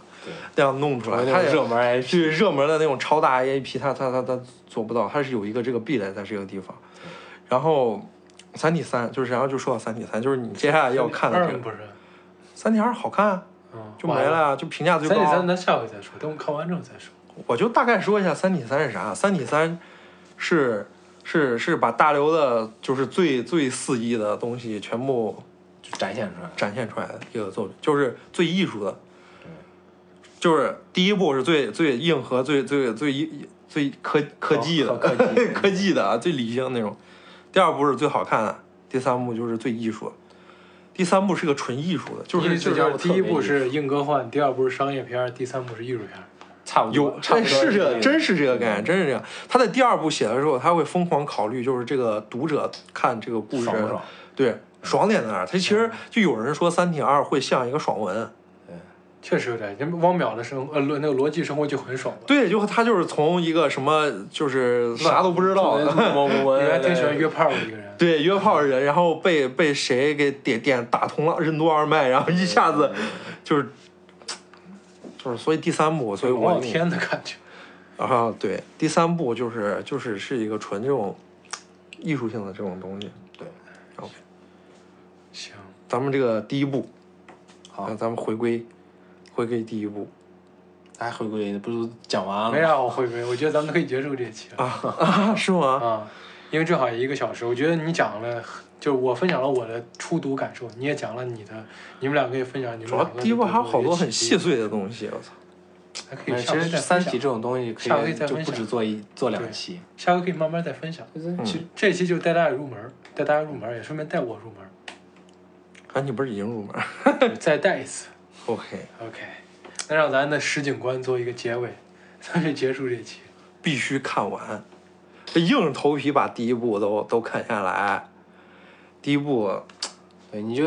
[SPEAKER 2] 那样弄出来，
[SPEAKER 3] 那
[SPEAKER 2] 他
[SPEAKER 3] 种
[SPEAKER 2] 也
[SPEAKER 3] 热门 IP，
[SPEAKER 2] 是热门的那种超大 IP，它它它它做不到，它是有一个这个壁垒在这个地方。然后《三体三》就是，然后就说到《三体三》，就是你接下来要看的
[SPEAKER 4] 二
[SPEAKER 2] 这个《
[SPEAKER 4] 不是，
[SPEAKER 2] 三体二》好看啊，
[SPEAKER 4] 嗯，
[SPEAKER 2] 就没了啊，就评价最
[SPEAKER 4] 三
[SPEAKER 2] 高
[SPEAKER 4] 体
[SPEAKER 2] 啊。
[SPEAKER 4] 三咱下回再说，等我们看完之后再说。
[SPEAKER 2] 我就大概说一下《三体三》是啥，《三体三》是是是把大刘的就是最最肆意的东西全部
[SPEAKER 3] 就展现出来。
[SPEAKER 2] 展现出来的一个作品，就是最艺术的，
[SPEAKER 3] 嗯
[SPEAKER 2] 就是第一部是最最硬核、最最最艺最科科技的、
[SPEAKER 3] 哦科科技
[SPEAKER 2] 科技的啊，最理性那种。第二部是最好看的，第三部就是最艺术的。第三部是个纯艺术的，就
[SPEAKER 4] 因为
[SPEAKER 2] 是就是
[SPEAKER 4] 第一部是硬科幻，第二部是商业片，第三部是艺术片。
[SPEAKER 3] 差不多
[SPEAKER 2] 有，，
[SPEAKER 3] 差不
[SPEAKER 2] 哎
[SPEAKER 3] 多
[SPEAKER 2] 是这
[SPEAKER 3] 这
[SPEAKER 2] 个，
[SPEAKER 3] 个
[SPEAKER 2] 真是这个概念，真是这样。他在第二部写的时候，他会疯狂考虑，就是这个读者看这个故事，
[SPEAKER 3] 爽不爽？
[SPEAKER 2] 对，爽点在哪儿？他其实就有人说《三体二》会像一个爽文，
[SPEAKER 4] 确实有点，人汪淼的生呃逻那个逻辑生活就很爽吧。
[SPEAKER 2] 对，就他就是从一个什么就是啥都不知道，啊
[SPEAKER 3] 我我
[SPEAKER 4] 原来挺喜欢约炮的一个人，
[SPEAKER 2] 对，约炮的人，然后被被谁给点点打通了任督二脉，然后一下子就是就是，所以第三部，所以
[SPEAKER 4] 我
[SPEAKER 2] 我
[SPEAKER 4] 哦天的感觉。
[SPEAKER 2] 啊，对，第三部就是就是是一个纯这种艺术性的这种东西。
[SPEAKER 3] 对
[SPEAKER 2] ，OK，
[SPEAKER 4] 行，
[SPEAKER 2] 咱们这个第一部，
[SPEAKER 3] 好
[SPEAKER 2] 那咱们回归回归第一部
[SPEAKER 3] 哎，回归不是讲
[SPEAKER 2] 嗯
[SPEAKER 3] 完
[SPEAKER 4] 没
[SPEAKER 3] 了？
[SPEAKER 4] 啥好回归，我觉得咱们可以结束这期了
[SPEAKER 2] 啊，是吗？
[SPEAKER 4] 啊，因为正好也一个小时，我觉得你讲了，就是我分享了我的初读感受，你也讲了你的，你们两个也分享你们
[SPEAKER 2] 主要
[SPEAKER 4] 两个的
[SPEAKER 2] 第一部还有好多很
[SPEAKER 4] 启
[SPEAKER 2] 细
[SPEAKER 4] 迪，
[SPEAKER 2] 碎的哎东西，我操！
[SPEAKER 4] 还可
[SPEAKER 3] 没
[SPEAKER 4] 以
[SPEAKER 3] 事
[SPEAKER 4] 下
[SPEAKER 3] 哎其
[SPEAKER 4] 回
[SPEAKER 3] 实《
[SPEAKER 4] 再
[SPEAKER 3] 三
[SPEAKER 4] 分
[SPEAKER 3] 体》
[SPEAKER 4] 享
[SPEAKER 3] 这，种东西可
[SPEAKER 4] 下回
[SPEAKER 3] 以
[SPEAKER 4] 再
[SPEAKER 3] 就
[SPEAKER 4] 分
[SPEAKER 3] 不
[SPEAKER 4] 享
[SPEAKER 3] 止做一做两
[SPEAKER 4] 对
[SPEAKER 3] 期，
[SPEAKER 4] 下回可以慢慢再分享。
[SPEAKER 2] 嗯
[SPEAKER 4] 其实这期就带大家入门儿，带大家入门儿，也顺便带我入门 儿，
[SPEAKER 2] 啊，你不是已经入门儿
[SPEAKER 4] 再带一次。
[SPEAKER 2] ？OK，
[SPEAKER 4] OK，那让咱的石警官做一个结尾，咱就结束这期。
[SPEAKER 2] 必须看完，这硬着头皮把第一部都都啃下来。第一部
[SPEAKER 3] 对，你就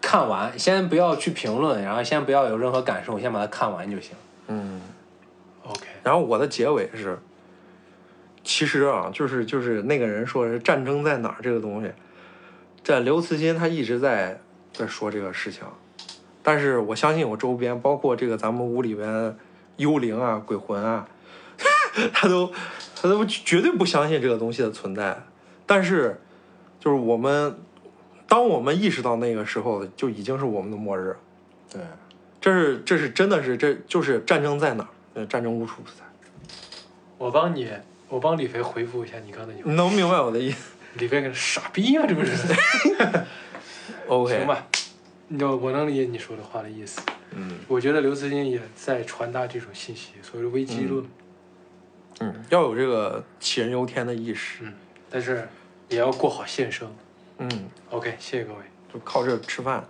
[SPEAKER 3] 看完，先不要去评论，然后先不要有任何感受，先把它看完就行。
[SPEAKER 2] 嗯，
[SPEAKER 4] OK，
[SPEAKER 2] 然后我的结尾是，其实啊，就是就是那个人说是战争在哪儿这个东西，在刘慈欣他一直在在说这个事情，但是我相信我周边，包括这个咱们屋里边幽灵啊、鬼魂啊， 他都他都绝对不相信这个东西的存在。但是，就是我们当我们意识到那个时候，就已经是我们的末日。
[SPEAKER 3] 对，
[SPEAKER 2] 这是这是真的是这就是战争在哪儿？呃战争无处不在。
[SPEAKER 4] 我帮你，我帮李飞回复一下你刚才那句话。
[SPEAKER 2] 你能明白我的意思
[SPEAKER 4] 李飞跟傻逼啊呀、这不是？
[SPEAKER 2] ？OK，
[SPEAKER 4] 行吧，你我能理解你说的话的意思。
[SPEAKER 2] 嗯
[SPEAKER 4] 我觉得刘慈欣也在传达这种信息，所谓的危机论，
[SPEAKER 2] 嗯，要有这个杞人忧天的意识。
[SPEAKER 4] 但是也要过好现生。
[SPEAKER 2] 嗯，
[SPEAKER 4] OK，谢谢各位。
[SPEAKER 2] 就靠这吃饭。